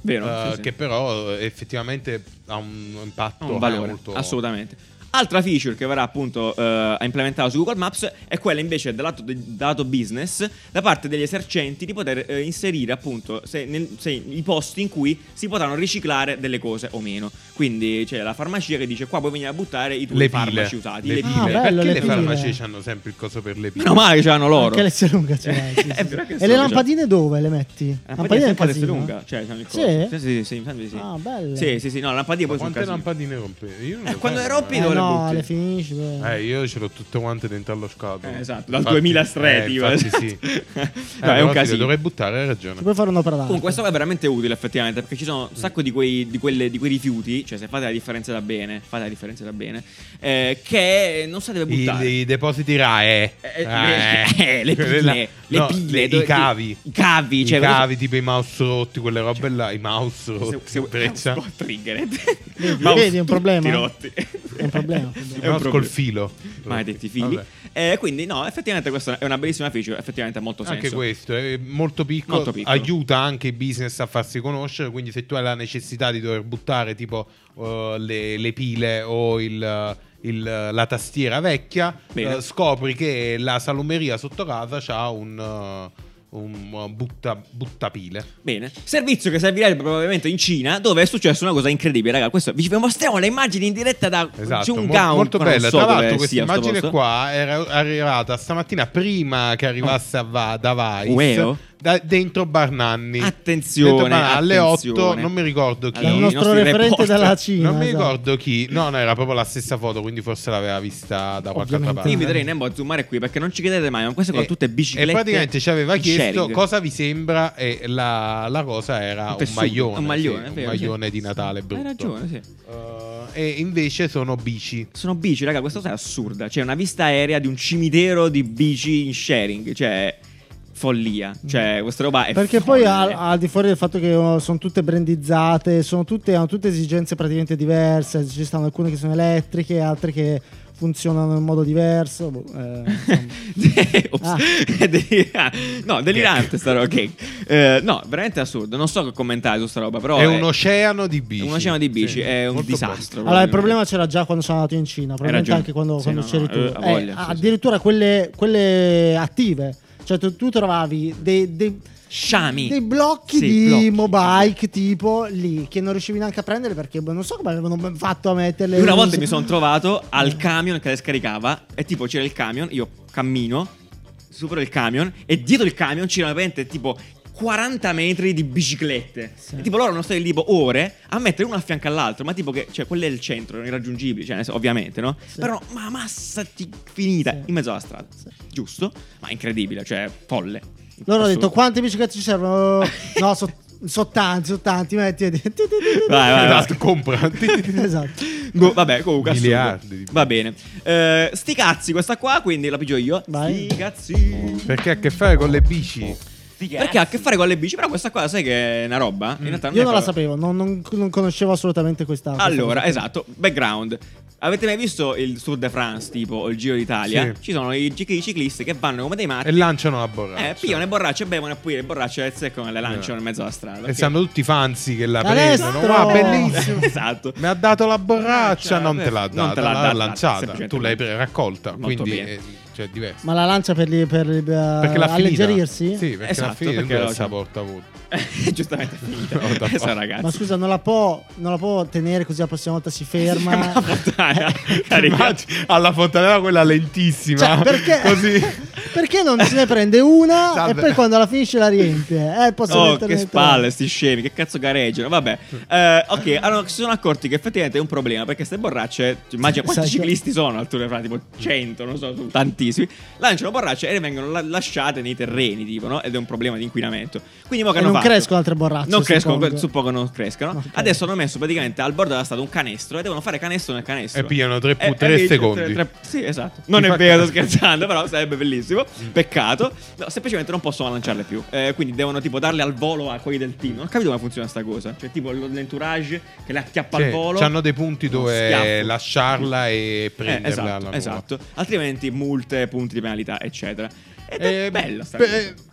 Vero, eh, sì, sì. Che però eh, effettivamente ha un impatto un valore, molto assolutamente. Altra feature che verrà appunto eh, implementata su Google Maps è quella invece del lato, de- dato business da parte degli esercenti di poter eh, inserire appunto se nel- se i posti in cui si potranno riciclare delle cose o meno. Quindi c'è la farmacia che dice qua puoi venire a buttare i tuoi le pile. farmaci usati, le le pile. pile. Ah, bello, Perché le le pile. farmacie hanno sempre il coso per le pile? Meno male che ce l'hanno loro. Anche le lunga ce Eh, l'hai, sì, sì, è sì. vero che Eh, E sì, le cioè- lampadine dove le metti? La Lampadina è del sempre casino? lunga, cioè c'hanno il Sì? coso. Sì, sì, sì, infatti sì. Ah, belle. Sì, sì, sì, no, la lampadina Ma poi sono quante casini. lampadine rompe? Io non Eh, lo quando so, le rompi Eh, eh. dove le no, butti? le finisci. beh. Eh, io ce l'ho tutte quante dentro allo scatola. Eh, esatto, dal 2000 streti. Eh, infatti guarda. sì. No, Eh, è però un ti casino. Dovrei buttare, hai ragione. Ci puoi fare un'opera d'arte. Comunque, questa roba è veramente utile, effettivamente, perché ci sono un sacco di quei, di quelle- di quei rifiuti. Cioè, se fate la differenza da bene, fate la differenza da bene, eh, che non si deve I, buttare. i depositi RAE. Eh, le- le pile, le no, pile, le- dove- I cavi. i cavi, cioè, I cosa- cavi, tipo i mouse rotti, quelle robe là. I mouse rotti. breccia. un po' triggered. Vedi, Ma vedi, è tutti un problema. eh? rotti. È un problema, è un problema. I un mouse col problema. filo. Maledetti figli. Vabbè. Eh, quindi, no, effettivamente, questa è una bellissima feature. Effettivamente, ha molto certo senso. Anche questo è molto piccolo, Molto piccolo. aiuta anche i business a farsi conoscere, quindi se tu hai la necessità di dover buttare tipo eh, le, le pile o il- il- la tastiera vecchia, Bene. eh, scopri che la salumeria sotto casa ha un, eh, un butta, buttapile. Bene. Servizio che servirebbe probabilmente in Cina, dove è successa una cosa incredibile, raga. Questo vi mostriamo le immagini in diretta da Esatto, Zhongkao, mo- ma molto non bella. so Tra dove l'altro questa sia sto immagine posto. qua era arrivata stamattina prima che arrivasse a Va- da Vice, Ueo? da- dentro Barnanni. Attenzione, Dentro Barnanni, alle 8, attenzione. non mi ricordo chi. Allora, Dal i nostro nostri referente reporter. dalla Cina. non mi esatto. ricordo chi. No, no, era proprio la stessa foto, quindi forse l'aveva vista da qualche altra Ovviamente. parte. Io vi darei Nembo a zoomare qui perché non ci credete mai, ma queste sono E- tutte biciclette. E praticamente ci aveva in chiesto sharing. cosa vi sembra e la, la cosa era un, tessuto, maglione. un maglione, sì, è un vero, maglione sì. di Natale brutto. Hai ragione, sì. Eh, e invece sono bici. Sono bici, raga, questa cosa è assurda. C'è una vista aerea di un cimitero di bici in sharing, cioè follia. Mm. Cioè, questa roba è Perché poi folle. al, al di fuori del fatto che oh, sono tutte brandizzate, sono tutte, hanno tutte esigenze praticamente diverse, ci stanno alcune che sono elettriche, altre che funzionano in modo diverso. boh, eh, insomma. Ops. Ah. Delira- no, delirante sta roba. ok. Eh, no, veramente assurdo. Non so che commentare su sta roba, però. è un oceano di bici. è un oceano di bici, Sì, è un molto disastro. Allora, il probabilmente. problema c'era già quando sono andato in Cina, probabilmente ragione. anche quando, Sì, quando no, c'eri no, eh, tu. ha voglia, Eh, sì, sì. addirittura quelle, quelle attive. Cioè, tu, tu trovavi dei, dei- Sciami. dei blocchi Sì, blocchi. di mobike tipo lì che non riuscivi neanche a prendere perché boh, non so come avevano ben fatto a metterle. Io Una volta Non so- mi sono trovato al camion che le scaricava. E tipo c'era il camion, io cammino, supero il camion. E dietro il camion c'erano veramente tipo 40 metri di biciclette. Sì. E tipo loro erano stati lì tipo ore a mettere uno a fianco all'altro. Ma tipo che, cioè, quello è il centro, erano irraggiungibili. Cioè, nel senso, ovviamente, no? Sì. Però, ma massa ti- finita Sì. in mezzo alla strada. Giusto? Ma incredibile, cioè, folle. Loro hanno detto Assurdo. quante biciclette ci servono? No, so, so tanti, so tanti, metti e- Vai, vai, vai. Esatto, compra. Esatto. Boh, vabbè, comunque assurdo. Miliardi di- Va bene. Eh, sti cazzi, questa qua, quindi la pigio io. Vai. Sti cazzi. Perché ha a che fare con le Eh, bici? Perché ha a che fare con le bici, però questa qua sai che è una roba? In realtà Io è non la proprio- sapevo, non, non- non conoscevo assolutamente questa. questa Allora, cosa. esatto, background. Avete mai visto il Tour de France, tipo, o il Giro d'Italia? Sì. Ci sono i, gi- i ciclisti che vanno come dei matti, E lanciano la borraccia. eh, pigliano le borracce, bevono e poi le borracce le seccano e le lanciano in mezzo alla strada. E perché- sanno tutti i fanzi che la Canestro! prendono. Ah, bellissimo. Esatto. Mi ha dato la borraccia, Cioè, non beh, te l'ha non data, te l'ha l'ha data, lanciata. Tu semplicemente. l'hai pre- raccolta. Molto quindi bene. eh, cioè è diverso. Ma la lancia per, li- per, eh, perché l'ha finita. alleggerirsi? Sì, perché Esatto, l'ha finita, perché non lo- deve essere porta vuota. Giustamente è finita. No, da Questa fa- ragazza. Ma scusa, non la può, non la può tenere così la prossima volta si ferma. Ferma la fontana. Carica. Immagini- alla fontanella quella lentissima. Cioè, perché, Così. perché non se ne prende una Salve. e poi quando la finisce la riempie? Eh, posso Oh, mettere- che spalle, sti scemi, che cazzo gareggiano. Vabbè, Eh, ok. Allora si sono accorti che effettivamente è un problema perché queste borracce, cioè, immagina quanti Esatto. ciclisti sono al Tour de France, tipo 100, non so, sono tantissimi. Lanciano borracce e le vengono la- lasciate nei terreni, tipo, no? Ed è un problema di inquinamento. Quindi, mo che E hanno non fatto- crescono altre borracce. Non crescono, suppongo. que- suppongo non crescano. Ok. Adesso hanno messo praticamente al bordo della strada un canestro e devono fare canestro nel canestro. E pigliano tre pu- Eh, tre eh, sì, secondi. tre- sì, esatto. Non è fa- vero, sto scherzando, però sarebbe bellissimo. Peccato. No, semplicemente non possono lanciarle più. Eh, quindi devono tipo darle al volo a quelli del team. Non ho capito come funziona sta cosa. Cioè, tipo l- l'entourage che le acchiappa al volo. hanno Cioè, dei punti Uno dove schiaffo. lasciarla e Eh, prenderla alla esatto, nuova. esatto. Altrimenti multe, punti di penalità, eccetera. Ed è Eh, bella sta beh, cosa.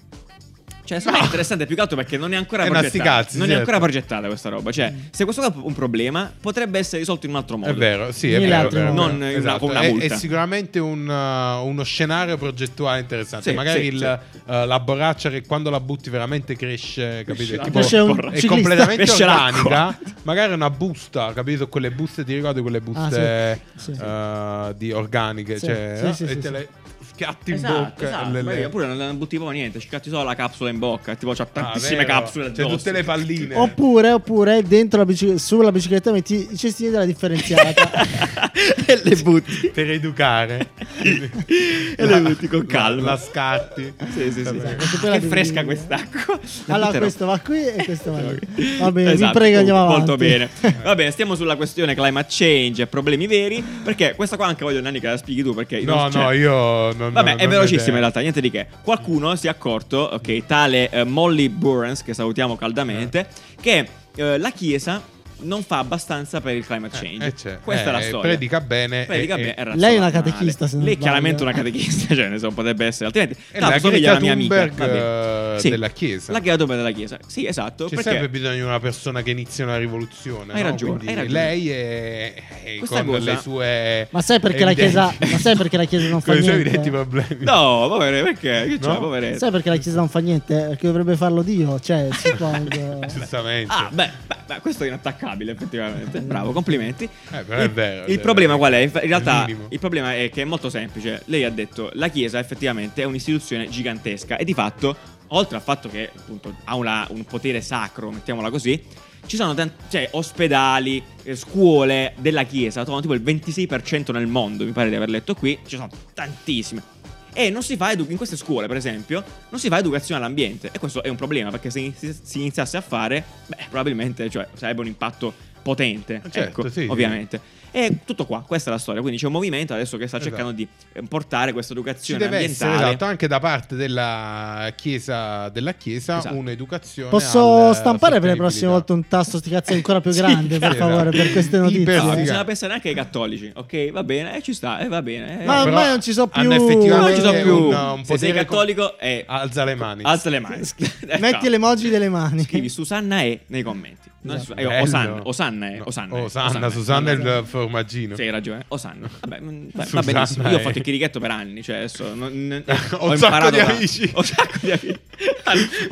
Cioè, secondo me è interessante più che altro perché non è ancora È una progettata. sticazzi, non è certo. ancora progettata questa roba. Cioè, se questo qua è un problema, potrebbe essere risolto in un altro modo. È vero, sì, è Mille vero, altri è vero, modi. Non una- Esatto. con una È- è, multa. sicuramente un, uh, uno scenario progettuale interessante. Sì, Magari sì, il, uh, la borraccia che quando la butti veramente cresce, capito? Cresce la- Tipo, Cresce un borraccia. è ciclista. completamente Cresce l'acqua. organica. Magari una busta, capito? Quelle buste, ti ricordi quelle buste Ah, sì. Sì. uh, di organiche, Sì, cioè, sì, no? sì, e sì, te sì. le schiatti in Esatto, bocca. esatto. le- Ma le- io pure non, non butti proprio niente, ci cazzo solo la capsula in bocca, tipo c'ha Ah, tantissime vero. capsule C'è addosso. tutte le palline. Oppure, oppure dentro la bicic- sulla bicicletta metti i cestini della differenziata. e le butti. per educare. e le butti con calma. La, scarti. Sì, sì, sì. Vabbè. Esatto, poi la Che devi- fresca quest'acqua. La allora, butterò. questo va qui e questo va lì. Va bene, Esatto, vi prego, andiamo avanti. Molto bene. Va bene, stiamo sulla questione climate change e problemi veri. Perché questa qua anche voglio, Nanni, che la spieghi tu. Perché No, non- cioè- no, io non Vabbè, non- è non velocissima in ho idea. realtà, niente di che. Qualcuno si è accorto, ok, tale eh, Molly Burns, che salutiamo caldamente, che eh, la Chiesa non fa abbastanza per il climate change. eh, c'è. Questa è la Eh, storia. predica bene Predica e- bene, e- razza Lei è una normale. catechista, se non Lei è sbaglio. chiaramente una catechista, cioè, ne so, potrebbe essere. Altrimenti, È tanto la somiglia alla Greta mia amica. Thunberg, va bene. eh, della Chiesa. La Greta Thunberg della Chiesa. Sì, esatto. C'è perché sempre bisogno di una persona che inizia una rivoluzione. Hai no? ragione, Quindi hai ragione. Lei è, è Questa con cosa- le sue. Ma sai perché la evidenti- Chiesa- ma sai perché la Chiesa non fa Con i suoi niente? evidenti problemi. No, povero, perché? Che c'è, No? poveretto? Sai perché la chiesa non fa niente? Perché dovrebbe farlo Dio, cioè, suppongo. Giustamente. Ah, beh, beh, beh, questo è inattaccabile effettivamente. Bravo, complimenti. Eh, però è il, vero, il cioè, problema è- qual è? In è realtà minimo. il problema è che è molto semplice. Lei ha detto la Chiesa effettivamente è un'istituzione gigantesca e di fatto, oltre al fatto che appunto ha una- un potere sacro, mettiamola così, ci sono tan- cioè, ospedali, eh, scuole della Chiesa, sono tipo il 26% nel mondo, mi pare di aver letto qui, ci sono tantissime. E non si fa edu- in queste scuole, per esempio, non si fa educazione all'ambiente. E questo è un problema, perché se inizi- si iniziasse a fare, beh, probabilmente cioè, sarebbe un impatto potente. Certo, ecco, sì, sì. ovviamente. E tutto qua, questa è la storia. Quindi c'è un movimento adesso che sta Esatto. cercando di eh, portare questa Ci educazione deve essere, ambientale. esatto, anche da parte della Chiesa, della chiesa Esatto. un'educazione. Posso alla stampare per le prossime volte sostenibilità. un tasto sti cazzi ancora più Sì, grande, per sì, favore, esatto. per queste notizie? No, Iper- non Sì, bisogna eh. pensare neanche ai cattolici, ok? Va bene, eh, ci sta, e va bene. eh. Ma No, però ormai non ci so più. hanno però non effettivamente ci sono più. un- se sei un potere com- cattolico, eh, Alza le mani. alza le mani. Metti Ecco. le emoji delle mani. Scrivi Susanna E nei commenti. Non è Su- eh, Bello. Osanna, Osanna E. No, Osanna, E, Osanna, Susanna è il formaggino. Sì, hai ragione. Osanna. Vabbè, mh, va- va Susanna benissimo. Io ho E. fatto il chirichetto per anni. Cioè, adesso non- non- eh. Ho un sacco di da- amici. Ho un sacco di amici.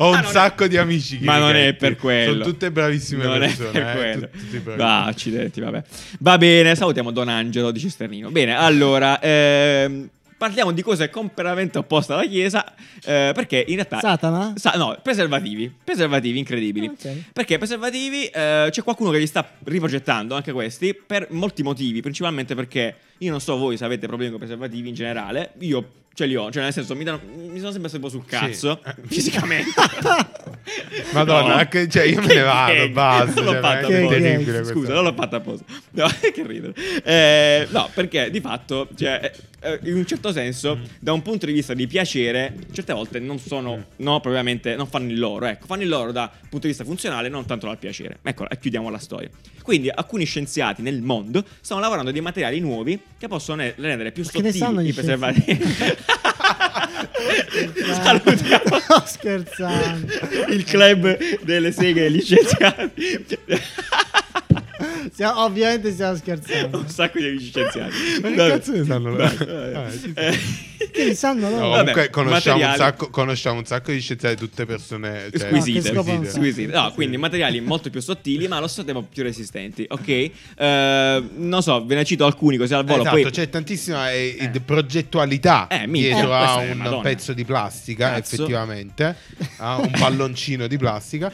Ma Ho un non è- sacco di amici. che Ma non è ricretti. per quello. Sono tutte bravissime non persone. È per quello. Eh? Tutti bravi. Va, accidenti, vabbè. Va bene, salutiamo Don Angelo di Cisternino. Bene, allora. ehm, Parliamo di cose completamente opposte alla Chiesa, eh, perché in realtà... Satana? Sa- no, preservativi. Preservativi incredibili. Ok. Perché preservativi eh, c'è qualcuno che li sta riprogettando, anche questi, per molti motivi. Principalmente perché io non so voi se avete problemi con i preservativi in generale. Io ce li ho, cioè nel senso mi, danno- mi sono sempre stato un po' sul cazzo, fisicamente. Madonna, No. che- cioè, io me ne vado, gag. basta, Non l'ho cioè, fatta veramente apposta. terribile questa Scusa, cosa. non l'ho fatta apposta. No, che ridere. Eh, no, perché di fatto, cioè, eh, in un certo senso, Mm. da un punto di vista di piacere, certe volte non sono, Mm. no, probabilmente non fanno il loro. Ecco, fanno il loro da punto di vista funzionale, non tanto dal piacere. Ecco, e chiudiamo la storia. Quindi, alcuni scienziati nel mondo stanno lavorando a dei materiali nuovi che possono ne- rendere più che ne sottili sanno gli i preservativi. Salutiamo Sto scherzando. il club delle seghe licenziati. Siamo- ovviamente stiamo scherzando. un sacco di amici scienziati. Ma che Vabbè. cazzo ne sanno? Dai, Eh, vabbè. ci Eh, Che li sanno No, loro. Vabbè, comunque conosciamo un, materiali. sacco, conosciamo un sacco di scienziati, tutte persone cioè, Squisite. No, che scopo non sa. Squisite. No, Sì. quindi materiali molto più sottili, ma allo stesso tempo più resistenti. Ok, Eh, non so, ve ne cito alcuni così al Eh, volo. esatto, poi c'è tantissima eh, id- progettualità Eh, minchia, dietro questa a è un Madonna. pezzo di plastica, Cazzo. effettivamente, a un palloncino di plastica.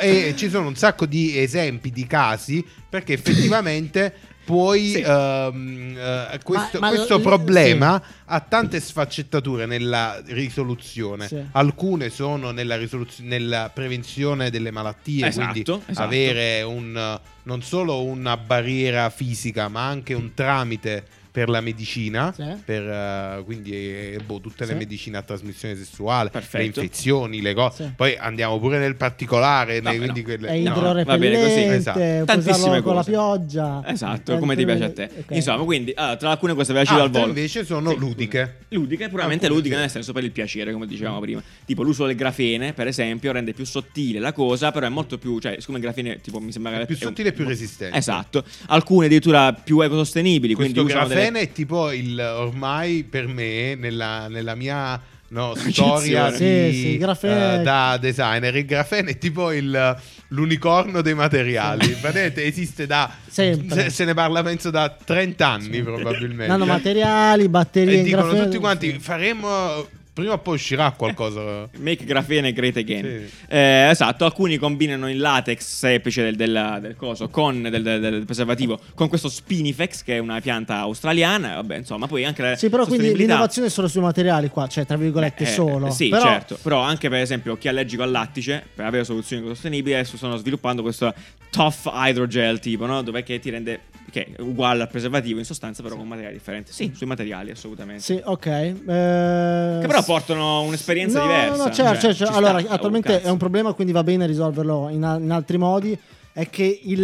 Eh, e ci sono un sacco di esempi, di casi, perché effettivamente puoi. Sì. ehm, eh, questo ma questo l- l- problema ha tante sfaccettature nella risoluzione. Sì. Alcune sono nella, risoluz- nella prevenzione delle malattie, Esatto, quindi esatto. avere è un, eh, non solo una barriera fisica, ma anche un tramite per la medicina, Sì. per, eh, quindi eh, boh, tutte le Sì. medicine a trasmissione sessuale, le Perfetto. infezioni, le cose. Sì. Poi andiamo pure nel particolare, No, nei- beh, no. quindi quelle- È No, va bene così. idrorepellente, Esatto. puoi Tantissime usarlo con la cose. pioggia. Esatto, come ti piace a te. Ok. Insomma, quindi allora, tra alcune cose ve la cito al Altre volo. invece sono Sì. ludiche. Ludiche, puramente Alcune ludiche, sì. nel senso per il piacere, come dicevamo prima. Tipo l'uso del grafene, per esempio, rende più sottile la cosa, però è molto più, cioè, siccome il grafene tipo mi sembra che Più sottile e più resistente. Esatto. Alcune addirittura più ecosostenibili, quindi Questo usano grafene delle è tipo il ormai per me nella, nella mia no, Concezione. storia di, Sì, sì, il grafene- eh, da designer. Il grafene è tipo il- l'unicorno dei materiali. Vedete, esiste da Sempre. Se, se ne parla penso da 30 anni probabilmente. eh. Nanomateriali, batterie e in dicono grafene, tutti quanti sì. faremo prima o poi uscirà qualcosa. Make grafene great Eh. again. Sì. Eh, esatto, alcuni combinano il latex semplice del, della- del coso con del, del- del preservativo con questo Spinifex che è una pianta australiana, vabbè, insomma, poi anche la Sì, però quindi sostenibilità- l'innovazione è solo sui materiali qua, cioè tra virgolette Eh, solo. Sì, però, certo. Però anche per esempio chi è allergico al lattice, per avere soluzioni sostenibili, adesso stanno sviluppando questo tough hydrogel tipo, no? Dov'è che ti rende che è uguale al preservativo in sostanza, però con materiali differenti. Sì, sui materiali assolutamente. Sì, ok. eh, Che però portano un'esperienza no, diversa. No, no, certo, cioè, certo, ci sta. Allora, Oh, attualmente cazzo. è un problema, quindi va bene risolverlo in, al- in altri modi. È che il,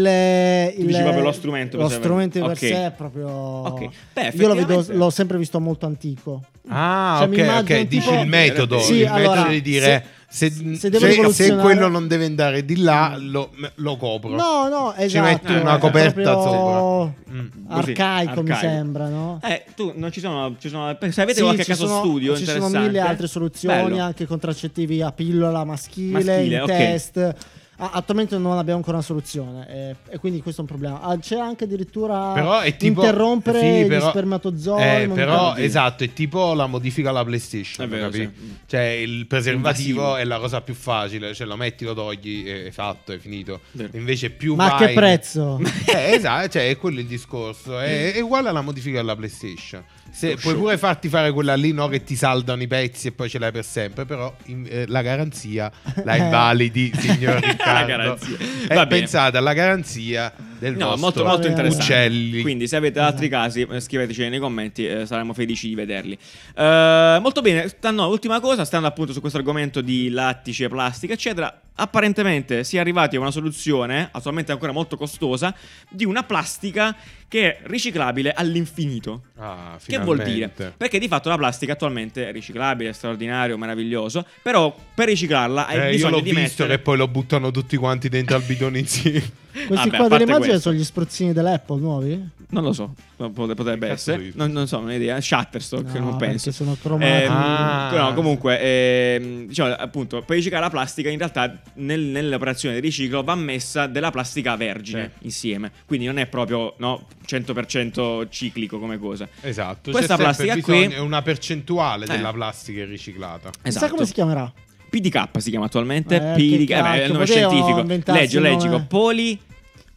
il dici proprio lo strumento per lo sé. strumento per Ok. sé è proprio. Ok. Beh, Io lo vedo, effettivamente- l'ho sempre visto molto antico. Ah, Cioè, mi ok, immagino ok. Dici tipo- il metodo. Sì, il allora, metodo di dire se, se- se se- devo se rivoluzionare- quello non deve andare di là, lo, lo copro. No, no, esatto. metto una è coperta proprio sopra. Mm. Così, Arcaico, mi arcaico. sembra, no? Eh, tu non ci sono. Ci sono se avete Sì, qualche ci caso sono- studio ci sono interessante. mille altre soluzioni, Bello. anche contraccettivi a pillola maschile, Maschile, in ok. test. A- Attualmente non abbiamo ancora una soluzione eh, e quindi questo è un problema. Ah, C'è anche addirittura però è tipo Ah, interrompere sì, gli però- spermatozoi. eh, non mi però ricordo. esatto è tipo la modifica alla playstation È vero, capi? sì. Mm. cioè il preservativo Invasivo. è la cosa più facile cioè lo metti lo togli e è fatto è finito Vero. invece più Ma a vai- che prezzo? eh, esatto, cioè, è quello il discorso. È, è uguale alla modifica alla PlayStation. Se, puoi pure farti fare quella lì, no? Che ti saldano i pezzi e poi ce l'hai per sempre. Però in- eh, la garanzia la invalidi, signor La Riccardo. garanzia. Eh, Va bene. pensate alla garanzia del No, vostro molto, molto Vabbè, interessante. uccelli. Quindi, se avete altri Esatto. casi, eh, scriveteci nei commenti, eh, saremo felici di vederli. Eh, molto bene, sta- no, ultima cosa, stando appunto su questo argomento di lattice, plastica, eccetera. Apparentemente si è arrivati a una soluzione, attualmente ancora molto costosa, di una plastica che è riciclabile all'infinito. Ah, Che vuol dire? finalmente. Perché di fatto la plastica attualmente è riciclabile, è straordinario, meraviglioso, però per riciclarla hai Eh, io bisogno l'ho di visto mettere... che poi lo buttano tutti quanti dentro al bidone insieme. Questi Vabbè, a qua parte delle immagini questo. sono gli spruzzini dell'Apple nuovi? Non lo so, pot- potrebbe Che cazzo essere. dici? Non, non so, non ho idea. Shutterstock, No, non penso. Ehm, perché sono cromati. Ah. no, comunque, ehm, diciamo, appunto, per riciclare la plastica, in realtà nel- nell'operazione di riciclo va messa della plastica vergine insieme. Quindi non è proprio no, 100% ciclico come cosa. Esatto. Questa c'è sempre plastica bisogno- qui- è una percentuale Eh. della plastica riciclata. Chissà Esatto. come si chiamerà. PDK si chiama attualmente. Eh, che PDK, eh, beh, è cacchio, un nome potevano scientifico. inventarsi Leggi, un leggi, nome. poli.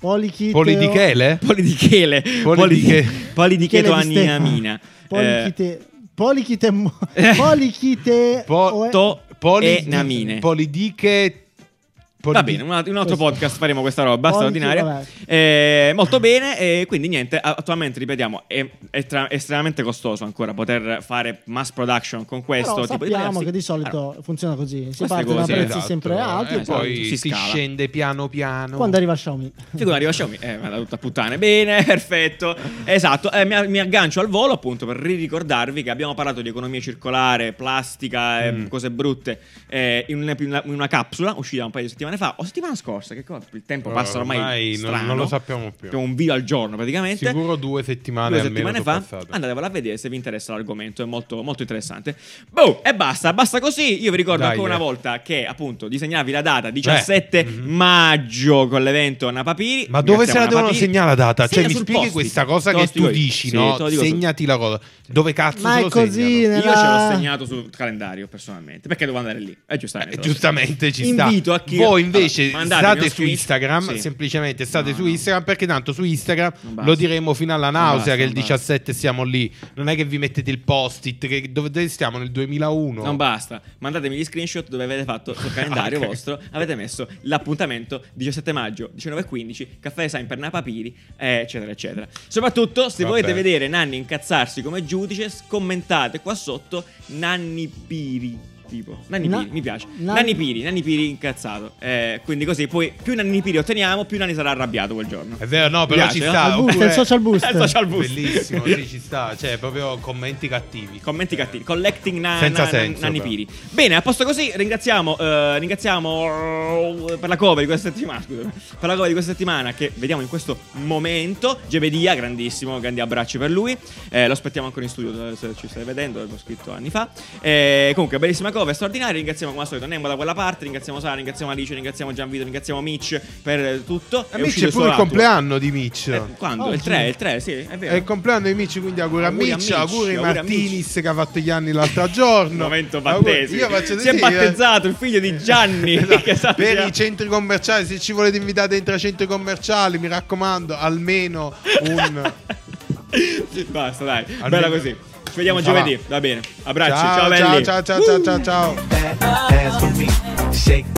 Polichite. Poli di chele? Polidichele. Polidiche- Polidichetoaniamina. Eh, Polichite. Polichite. Polichite. Po- to- Poli- e namine. Polidiche. Va polidi- bene, un alt- un altro Questo. podcast faremo questa roba Oggi, straordinaria. vabbè. Eh, molto bene, e quindi niente, a- attualmente ripetiamo, è, è tra- estremamente costoso ancora poter fare mass production con questo Però tipo di sappiamo plastica. che di solito Allora, funziona così si queste parte da cose, prezzi esatto, sempre alti eh, e esatto. poi poi si si, scala. scende piano piano. quando arriva Xiaomi Figura arriva Xiaomi, eh, vada tutta a puttane. Bene, perfetto. Esatto, eh, mi, mi aggancio al volo appunto per ricordarvi che abbiamo parlato di economia circolare, plastica, eh, Mm. cose brutte eh, in, una, in una- in una capsula uscita un paio di settimane settimane fa o settimana scorsa, che cosa? Il tempo Eh, passa ormai, ormai non- strano, non lo sappiamo più. C'è un video al giorno praticamente. Sicuro due settimane Due almeno settimane sono fa passate. andatevela a vedere se vi interessa l'argomento, è molto, molto interessante. Boh, e basta, basta così. Io vi ricordo Dai, ancora eh. una volta che appunto disegnavi la data 17 mhm. maggio con l'evento Napapiri. Ma Ringraziamo dove se la devono Napapiri. segnare la data? Segna cioè, mi sul spieghi post-it. questa cosa Te lo che spiego tu io. dici, Sì, te no? lo dico su- Segnati la cosa. Dove cazzo Ma se è lo così, segnano? Io ce nella... l'ho segnato sul calendario personalmente perché dovevo andare lì. E giustamente. Ah. lo- Eh, giustamente ci sta. Invito a chi- Voi invece Allora, mandate state uno su screen- Instagram, Sì. semplicemente state No, su no. Instagram perché tanto su Instagram Non basta. lo diremo fino alla Non nausea basta, che il non basta. 17 siamo lì. Non è che vi mettete il post-it che dove stiamo nel 2001. Non basta, mandatemi gli screenshot dove avete fatto sul calendario Ah, Ok. vostro, avete messo l'appuntamento 17 maggio 19.15, caffè Design per Napapiri, eh, eccetera, eccetera. Soprattutto, se Vabbè. volete vedere Nanni incazzarsi come giudice, s- commentate qua sotto Nanni Piri. Tipo, Nanni Na- Piri, mi piace. Nan- Nanni Piri, Nanni Piri incazzato. Eh, quindi così, poi più Nanni Piri otteniamo, più Nanni sarà arrabbiato quel giorno. È vero, no, Mi però piace, eh? ci no? sta. Il boost, oppure- il social boost. Eh, social boost. Bellissimo, sì, ci sta. Cioè, proprio commenti cattivi. Eh. Commenti cattivi, collecting na- Senza na- senso, Nanni però. Piri. Bene, a posto così, ringraziamo, eh, ringraziamo eh, per la cover di questa settimana. Scusa, per la cover di questa settimana che vediamo in questo momento. Gebedia, grandissimo, grandi abbracci per lui. Eh, lo aspettiamo ancora in studio se ci stai vedendo, l'abbiamo scritto anni fa. Eh, comunque, bellissima cover, straordinaria. Ringraziamo come al solito Nembo da quella parte. Ringraziamo Sara, ringraziamo Alice, ringraziamo Gianvito, ringraziamo Mitch per eh, tutto. E È Mitch uscito è pure il suo album. compleanno di Mitch. Eh, quando? Oggi. Il 3, il 3, sì, è vero. È il compleanno di Mitch, quindi auguri a Auguri a Mitch, Mitch, auguri a auguri a Martinis che ha fatto gli anni l'altro giorno. momento Auguri- battesimo. Io faccio si è sì, eh. battezzato il figlio di Gianni. Esatto. che sa- per i centri commerciali, se ci volete invitare dentro ai centri commerciali, mi raccomando, almeno un Basta, dai. Almeno- Bella così. Ci vediamo Mi fa giovedì. Va bene. Abbracci. Ciao, ciao belli. ciao ciao ciao ciao ciao. That ass for me. Shake